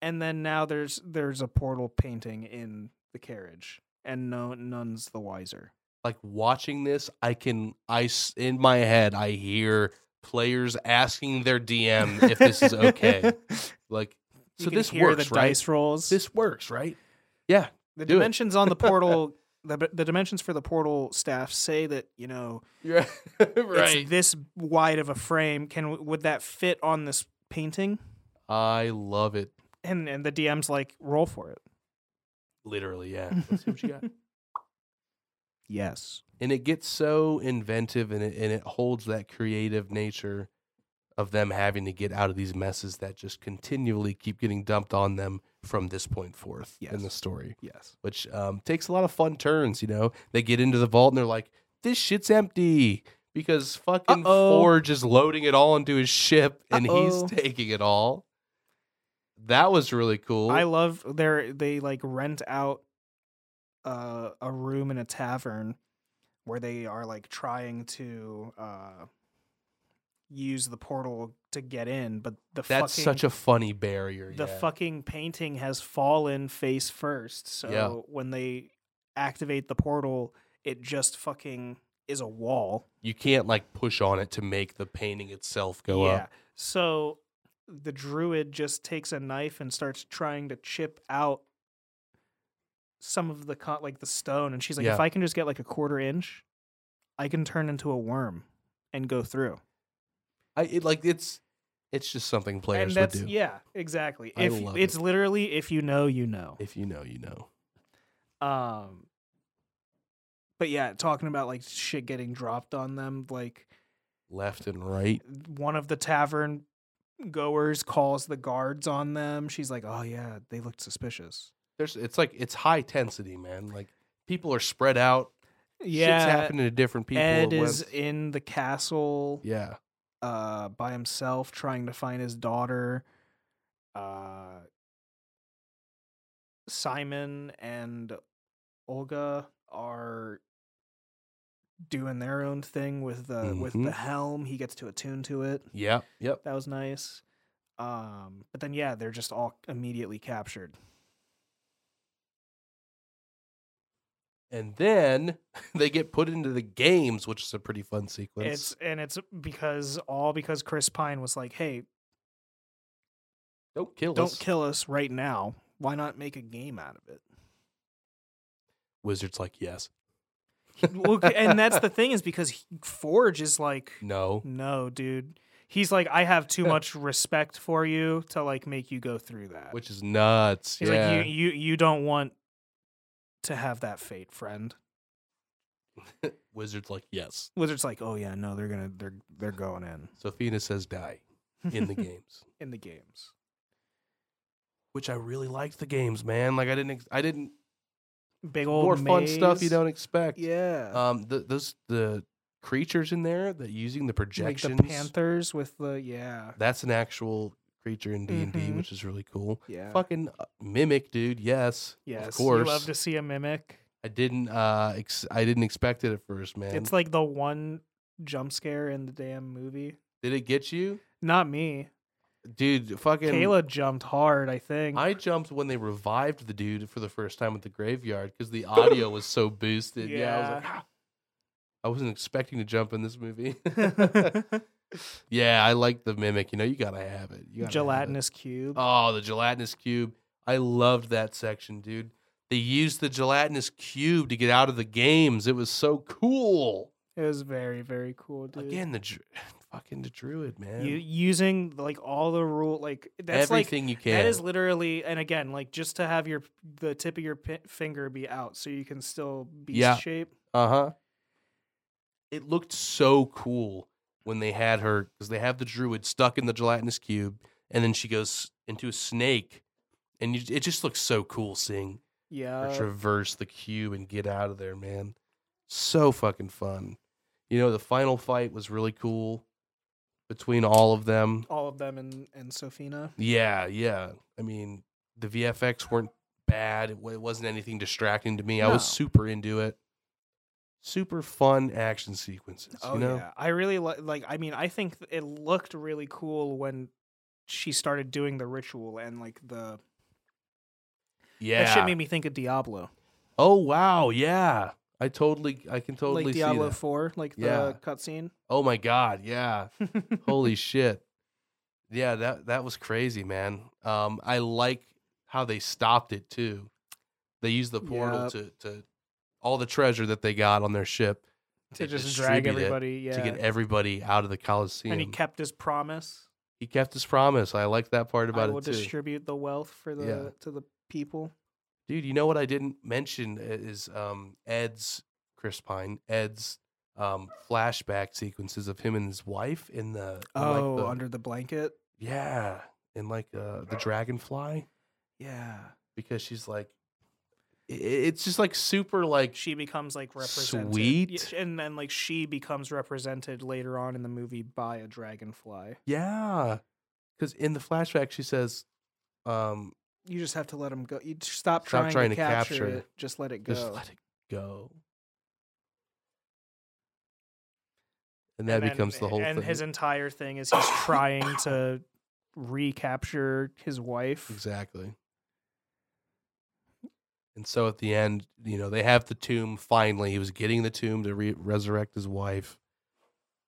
Speaker 1: and then now there's there's a portal painting in the carriage and no none's the wiser
Speaker 2: Like watching this, I can, I, s- in my head, I hear players asking their DM Um, if this is okay. Like,
Speaker 1: You
Speaker 2: so
Speaker 1: can
Speaker 2: this
Speaker 1: hear
Speaker 2: works,
Speaker 1: the
Speaker 2: right?
Speaker 1: dice rolls
Speaker 2: This works, right?
Speaker 1: the
Speaker 2: do it.
Speaker 1: dimensions on the portal the, the dimensions for the portal staff say that you know
Speaker 2: Yeah.
Speaker 1: it's this wide of a frame can would that fit on this painting
Speaker 2: I love it.
Speaker 1: and and the dm's like roll for it
Speaker 2: Literally, yeah. Let's see what you got.
Speaker 1: Yes.
Speaker 2: and it gets so inventive and it, and it holds that creative nature of them having to get out of these messes that just continually keep getting dumped on them from this point forth in the
Speaker 1: Yes.
Speaker 2: story
Speaker 1: Yes.
Speaker 2: which um, takes a lot of fun turns you know they get into the vault and they're like this shit's empty because fucking
Speaker 1: Uh-oh.
Speaker 2: forge is loading it all into his ship and
Speaker 1: Uh-oh.
Speaker 2: he's taking it all that was really cool
Speaker 1: I love their they like rent out uh, a room in a tavern where they are like trying to uh, use the portal to get in, but the
Speaker 2: that's
Speaker 1: fucking,
Speaker 2: such a funny barrier
Speaker 1: the
Speaker 2: yeah.
Speaker 1: fucking painting has fallen face first. So
Speaker 2: Yeah.
Speaker 1: when they activate the portal, it just fucking is a wall.
Speaker 2: you can't like push on it to make the painting itself go up
Speaker 1: So the druid just takes a knife and starts trying to chip out some of the con- like the stone and she's like
Speaker 2: Yeah.
Speaker 1: if I can just get like a quarter inch, I can turn into a worm and go through.
Speaker 2: I it, like it's it's just something
Speaker 1: and
Speaker 2: players would
Speaker 1: that's
Speaker 2: do.
Speaker 1: yeah, exactly.
Speaker 2: I
Speaker 1: if
Speaker 2: love
Speaker 1: it's
Speaker 2: it.
Speaker 1: literally if you know you know.
Speaker 2: If you know, you know.
Speaker 1: Um, but yeah, talking about like shit getting dropped on them, like
Speaker 2: Left and right.
Speaker 1: one of the tavern goers calls the guards on them. She's like, "Oh yeah, they looked suspicious."
Speaker 2: There's it's like it's high intensity, man. Like people are spread out. Shit's
Speaker 1: Yeah,
Speaker 2: happening to different people.
Speaker 1: Ed
Speaker 2: at
Speaker 1: is
Speaker 2: once.
Speaker 1: in the castle
Speaker 2: yeah.
Speaker 1: uh, by himself, trying to find his daughter. Uh, Simon and Olga are doing their own thing with the with the
Speaker 2: Mhm.
Speaker 1: helm. He gets to attune to it.
Speaker 2: Yep. Yep.
Speaker 1: That was nice. Um, but then yeah, they're just all immediately captured.
Speaker 2: And then they get put into the games, which is a pretty fun sequence.
Speaker 1: It's and it's because all because Chris Pine was like, "Hey,
Speaker 2: don't kill
Speaker 1: don't
Speaker 2: us.
Speaker 1: kill us right now. Why not make a game out of it?"
Speaker 2: Wizards like yes.
Speaker 1: well, c- and that's the thing is because he- Forge is like,
Speaker 2: No.
Speaker 1: no, dude. He's like, I have too much respect for you to like make you go through that.
Speaker 2: Which is nuts.
Speaker 1: he's
Speaker 2: yeah.
Speaker 1: like, you you you don't want to have that fate, friend.
Speaker 2: Wizards like yes.
Speaker 1: Wizard's like, oh yeah, no, they're gonna they're they're going in
Speaker 2: Sophina says die in the games.
Speaker 1: in the games.
Speaker 2: Which I really liked the games, man. Like I didn't, ex- I didn't
Speaker 1: Big old
Speaker 2: more fun stuff
Speaker 1: maze.
Speaker 2: you don't expect.
Speaker 1: Yeah,
Speaker 2: Um, the, those the creatures in there that using the
Speaker 1: like the
Speaker 2: projections.
Speaker 1: panthers with the yeah
Speaker 2: That's an actual creature in D and D,
Speaker 1: Mhm.
Speaker 2: which is really cool.
Speaker 1: yeah
Speaker 2: Fucking uh, mimic, dude. Yes,
Speaker 1: yes.
Speaker 2: of course.
Speaker 1: you love to see a mimic.
Speaker 2: I didn't. Uh, ex- I didn't expect it at first, man.
Speaker 1: It's like the one jump scare in the damn movie.
Speaker 2: Did it get you,
Speaker 1: Not me.
Speaker 2: dude? Fucking
Speaker 1: Kayla jumped hard, I think.
Speaker 2: I jumped when they revived the dude for the first time at the graveyard because the audio was so boosted. Yeah, I was like,
Speaker 1: Yeah.
Speaker 2: "Ah." I wasn't expecting to jump in this movie. yeah, I like the mimic. You know, you gotta have it. You gotta have it.
Speaker 1: Gelatinous cube.
Speaker 2: Oh, the gelatinous cube. I loved that section, dude. They used the gelatinous cube to get out of the games. It was so cool.
Speaker 1: It was very, very cool, dude.
Speaker 2: Again, the dru- fucking the druid, man.
Speaker 1: you using like all the rule, like that's like
Speaker 2: Everything you can.
Speaker 1: that is literally, and again, like just to have your the tip of your pi finger be out, so you can still beast
Speaker 2: Yeah.
Speaker 1: shape.
Speaker 2: Uh huh. It looked so cool when they had her because they have the druid stuck in the gelatinous cube, and then she goes into a snake, and you, it just looks so cool seeing her
Speaker 1: Yeah,
Speaker 2: traverse the cube and get out of there, man. So fucking fun. You know, the final fight was really cool between all of them.
Speaker 1: all of them and and Sophina.
Speaker 2: Yeah, yeah. I mean, the VFX weren't bad. It, wa- it wasn't anything distracting to me. I
Speaker 1: No.
Speaker 2: was super into it. Super fun action sequences.
Speaker 1: Oh
Speaker 2: you know,
Speaker 1: yeah, I really li- like. I mean, I think th- it looked really cool when she started doing the ritual and like the that
Speaker 2: yeah.
Speaker 1: shit made me think of Diablo.
Speaker 2: oh wow, yeah. I totally, I can totally
Speaker 1: like
Speaker 2: see
Speaker 1: Diablo
Speaker 2: that.
Speaker 1: Four, like the
Speaker 2: Yeah.
Speaker 1: cutscene.
Speaker 2: Oh my god, yeah. Holy shit. Yeah, that that was crazy, man. Um I like how they stopped it too. They used the portal
Speaker 1: Yep.
Speaker 2: to to all the treasure that they got on their ship
Speaker 1: to
Speaker 2: they
Speaker 1: just drag
Speaker 2: distribute it
Speaker 1: everybody, yeah.
Speaker 2: to get everybody out of the Coliseum.
Speaker 1: and he kept his promise.
Speaker 2: He kept his promise. I like that part
Speaker 1: I
Speaker 2: about
Speaker 1: will
Speaker 2: it too.
Speaker 1: distribute the wealth for the
Speaker 2: Yeah.
Speaker 1: to the people.
Speaker 2: Dude, you know what I didn't mention is um eh, Ed's Chris Pine, Ed's um, flashback sequences of him and his wife in the in, like,
Speaker 1: Oh,
Speaker 2: the-
Speaker 1: under the blanket.
Speaker 2: yeah, in like uh, the dragonfly
Speaker 1: Yeah,
Speaker 2: because she's like, i- i- it's just like super like
Speaker 1: she becomes like represented. y-
Speaker 2: Sweet.
Speaker 1: and then like she becomes represented later on in the movie by a dragonfly.
Speaker 2: yeah, because in the flashback she says, um,
Speaker 1: You just have to let him go. You just stop,
Speaker 2: Stop
Speaker 1: trying,
Speaker 2: trying
Speaker 1: to
Speaker 2: to
Speaker 1: capture,
Speaker 2: capture
Speaker 1: it.
Speaker 2: it.
Speaker 1: Just let it go.
Speaker 2: just let it go. And that
Speaker 1: And then-
Speaker 2: becomes the whole
Speaker 1: And
Speaker 2: thing.
Speaker 1: his entire thing is he's trying to recapture his wife.
Speaker 2: Exactly. And so at the end, you know, they have the tomb finally. He was getting the tomb to re- resurrect his wife.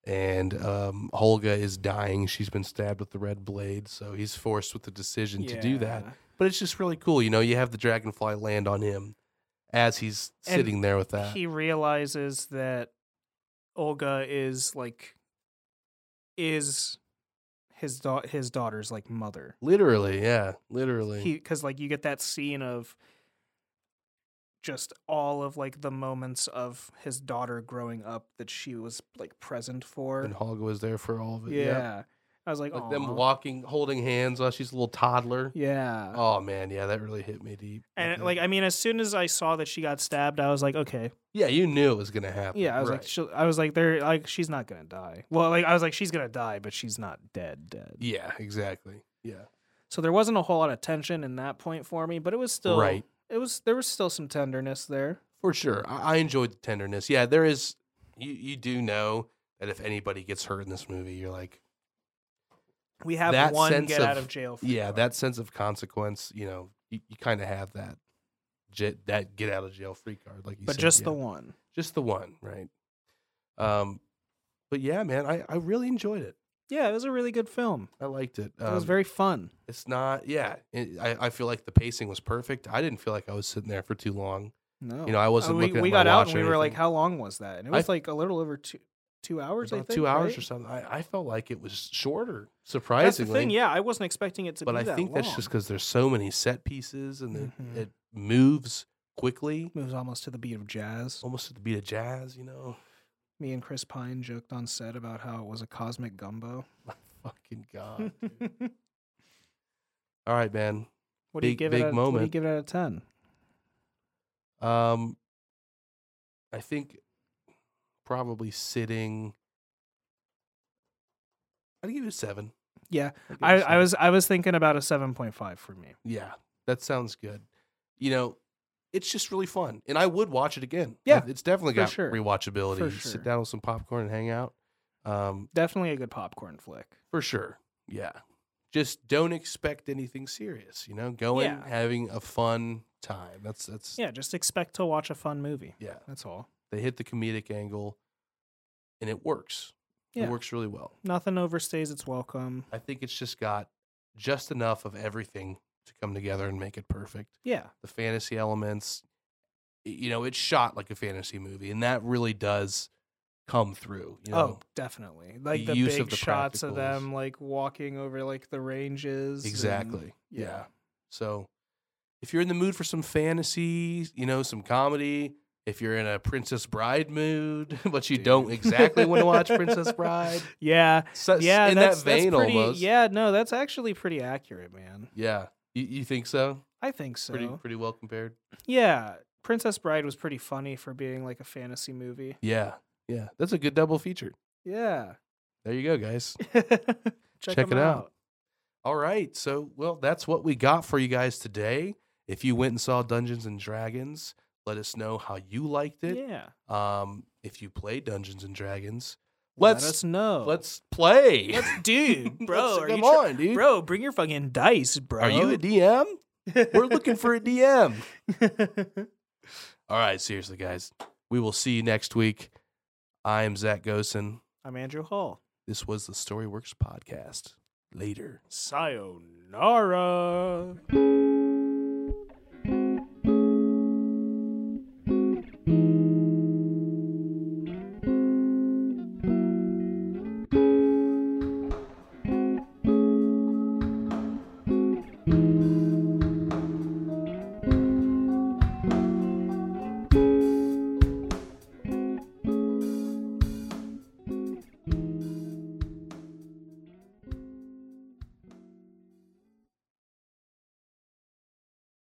Speaker 2: And um, Holga is dying. She's been stabbed with the red blade. So he's forced with the decision to do that.
Speaker 1: Yeah.
Speaker 2: But it's just really cool. You know, you have the dragonfly land on him as he's
Speaker 1: And
Speaker 2: sitting there with that.
Speaker 1: He realizes that Olga is like is his da- his daughter's like mother.
Speaker 2: literally, yeah. Literally.
Speaker 1: he because like you get that scene of just all of like the moments of his daughter growing up that she was like present for
Speaker 2: and Holga was there for all of it.
Speaker 1: yeah
Speaker 2: yep.
Speaker 1: i was like,
Speaker 2: Like them
Speaker 1: "Aw."
Speaker 2: walking, holding hands while she's a little toddler.
Speaker 1: yeah
Speaker 2: Oh man, yeah, that really hit me deep.
Speaker 1: and
Speaker 2: Okay.
Speaker 1: like i mean as soon as i saw that she got stabbed i was like okay
Speaker 2: yeah, you knew it was gonna happen.
Speaker 1: yeah i was like
Speaker 2: Right.
Speaker 1: she'll, i was like they're like she's not gonna die well like i was like she's gonna die but she's not dead dead
Speaker 2: yeah, exactly. Yeah,
Speaker 1: so there wasn't a whole lot of tension in that point for me but it was still
Speaker 2: right
Speaker 1: it was there was still some tenderness there
Speaker 2: for sure. I, I enjoyed the tenderness. Yeah, there is. You you do know that if anybody gets hurt in this movie, you're like,
Speaker 1: we have
Speaker 2: That
Speaker 1: one
Speaker 2: sense
Speaker 1: get out
Speaker 2: of-
Speaker 1: of jail free
Speaker 2: yeah,
Speaker 1: card.
Speaker 2: that sense of consequence. You know, you, you kind of have that. J- that get out of jail free card, like you
Speaker 1: but
Speaker 2: said,
Speaker 1: just
Speaker 2: yeah.
Speaker 1: the one Mm.
Speaker 2: just the one, right? Um, but yeah, man, I I really enjoyed it.
Speaker 1: Yeah, it was a really good film.
Speaker 2: I liked it.
Speaker 1: it was
Speaker 2: Um,
Speaker 1: very fun.
Speaker 2: It's not, yeah. It, I, I feel like the pacing was perfect. I didn't feel like I was sitting there for too long.
Speaker 1: No,
Speaker 2: You know, I wasn't
Speaker 1: we,
Speaker 2: looking at
Speaker 1: we
Speaker 2: my
Speaker 1: got out
Speaker 2: watch
Speaker 1: and
Speaker 2: or
Speaker 1: we were like,
Speaker 2: anything.
Speaker 1: "How long was that?" And it
Speaker 2: I-
Speaker 1: was like a little over two two hours. I
Speaker 2: About
Speaker 1: think
Speaker 2: two hours
Speaker 1: right?
Speaker 2: or something. I, I felt like it was shorter,
Speaker 1: That's the
Speaker 2: surprisingly.
Speaker 1: thing. Yeah, I wasn't expecting it to
Speaker 2: but
Speaker 1: be
Speaker 2: I
Speaker 1: that
Speaker 2: think
Speaker 1: long.
Speaker 2: that's just because there's so many set pieces and it-
Speaker 1: Mhm.
Speaker 2: it moves quickly,
Speaker 1: moves almost to the beat of jazz.
Speaker 2: almost to the beat of jazz. You know,
Speaker 1: Me and Chris Pine joked on set about how it was a cosmic gumbo.
Speaker 2: my fucking god.
Speaker 1: what do
Speaker 2: All right, man.
Speaker 1: you
Speaker 2: Big-
Speaker 1: give
Speaker 2: big
Speaker 1: it? Out, What do you
Speaker 2: moment.
Speaker 1: give it out of ten?
Speaker 2: Um, I think probably sitting. I'd give it a seven.
Speaker 1: Yeah,
Speaker 2: I'd give it a
Speaker 1: I, I
Speaker 2: seven.
Speaker 1: was I was thinking about a seven point five for me.
Speaker 2: Yeah, that sounds good. You know, it's just really fun, and I would watch it again.
Speaker 1: Yeah,
Speaker 2: it's definitely
Speaker 1: for
Speaker 2: got
Speaker 1: sure.
Speaker 2: rewatchability.
Speaker 1: For sure.
Speaker 2: Sit down with some popcorn and hang out. Um,
Speaker 1: Definitely a good popcorn flick.
Speaker 2: for sure. Yeah, just don't expect anything serious. You know, go in
Speaker 1: Yeah.
Speaker 2: having a fun time. That's that's
Speaker 1: Yeah, just expect to watch a fun movie.
Speaker 2: yeah.
Speaker 1: That's all.
Speaker 2: They hit the comedic angle, and it works.
Speaker 1: Yeah.
Speaker 2: It works really well.
Speaker 1: Nothing overstays its welcome.
Speaker 2: I think it's just got just enough of everything to come together and make it perfect.
Speaker 1: Yeah,
Speaker 2: the fantasy elements. y- You know, it's shot like a fantasy movie, and that really does come through. You know?
Speaker 1: Oh, definitely. Like the,
Speaker 2: use
Speaker 1: big
Speaker 2: of the
Speaker 1: shots of
Speaker 2: practicals.
Speaker 1: them like walking over like the ranges. and-
Speaker 2: exactly.
Speaker 1: yeah.
Speaker 2: yeah. So, if you're in the mood for some fantasy, you know, some comedy. If you're in a Princess Bride mood, but you
Speaker 1: Dude.
Speaker 2: don't exactly want to watch Princess Bride,
Speaker 1: Yeah.
Speaker 2: so,
Speaker 1: Yeah,
Speaker 2: in
Speaker 1: that's,
Speaker 2: that vein
Speaker 1: that's pretty,
Speaker 2: almost.
Speaker 1: Yeah, no, that's actually pretty accurate, man.
Speaker 2: yeah. You, you think so?
Speaker 1: I think so.
Speaker 2: Pretty pretty well compared.
Speaker 1: Yeah. Princess Bride was pretty funny for being like a fantasy movie.
Speaker 2: Yeah, yeah. That's a good double feature.
Speaker 1: Yeah.
Speaker 2: There you go, guys.
Speaker 1: Check,
Speaker 2: Check
Speaker 1: 'em
Speaker 2: it out. All right. So, well, that's what we got for you guys today. If you went and saw Dungeons and Dragons, let us know how you liked it.
Speaker 1: Yeah.
Speaker 2: Um, if you play Dungeons and Dragons,
Speaker 1: Let
Speaker 2: let's
Speaker 1: us know.
Speaker 2: let's play.
Speaker 1: Let's dude, bro.
Speaker 2: Let's-
Speaker 1: are
Speaker 2: come
Speaker 1: you tr-
Speaker 2: on, dude.
Speaker 1: Bro, bring your fucking dice, bro.
Speaker 2: Are you a DM? We're looking for a DM. All right, seriously, guys. We will see you next week. I am Zach Gosen.
Speaker 1: I'm Andrew Hall.
Speaker 2: This was the Storyworks podcast. Later.
Speaker 1: Sayonara.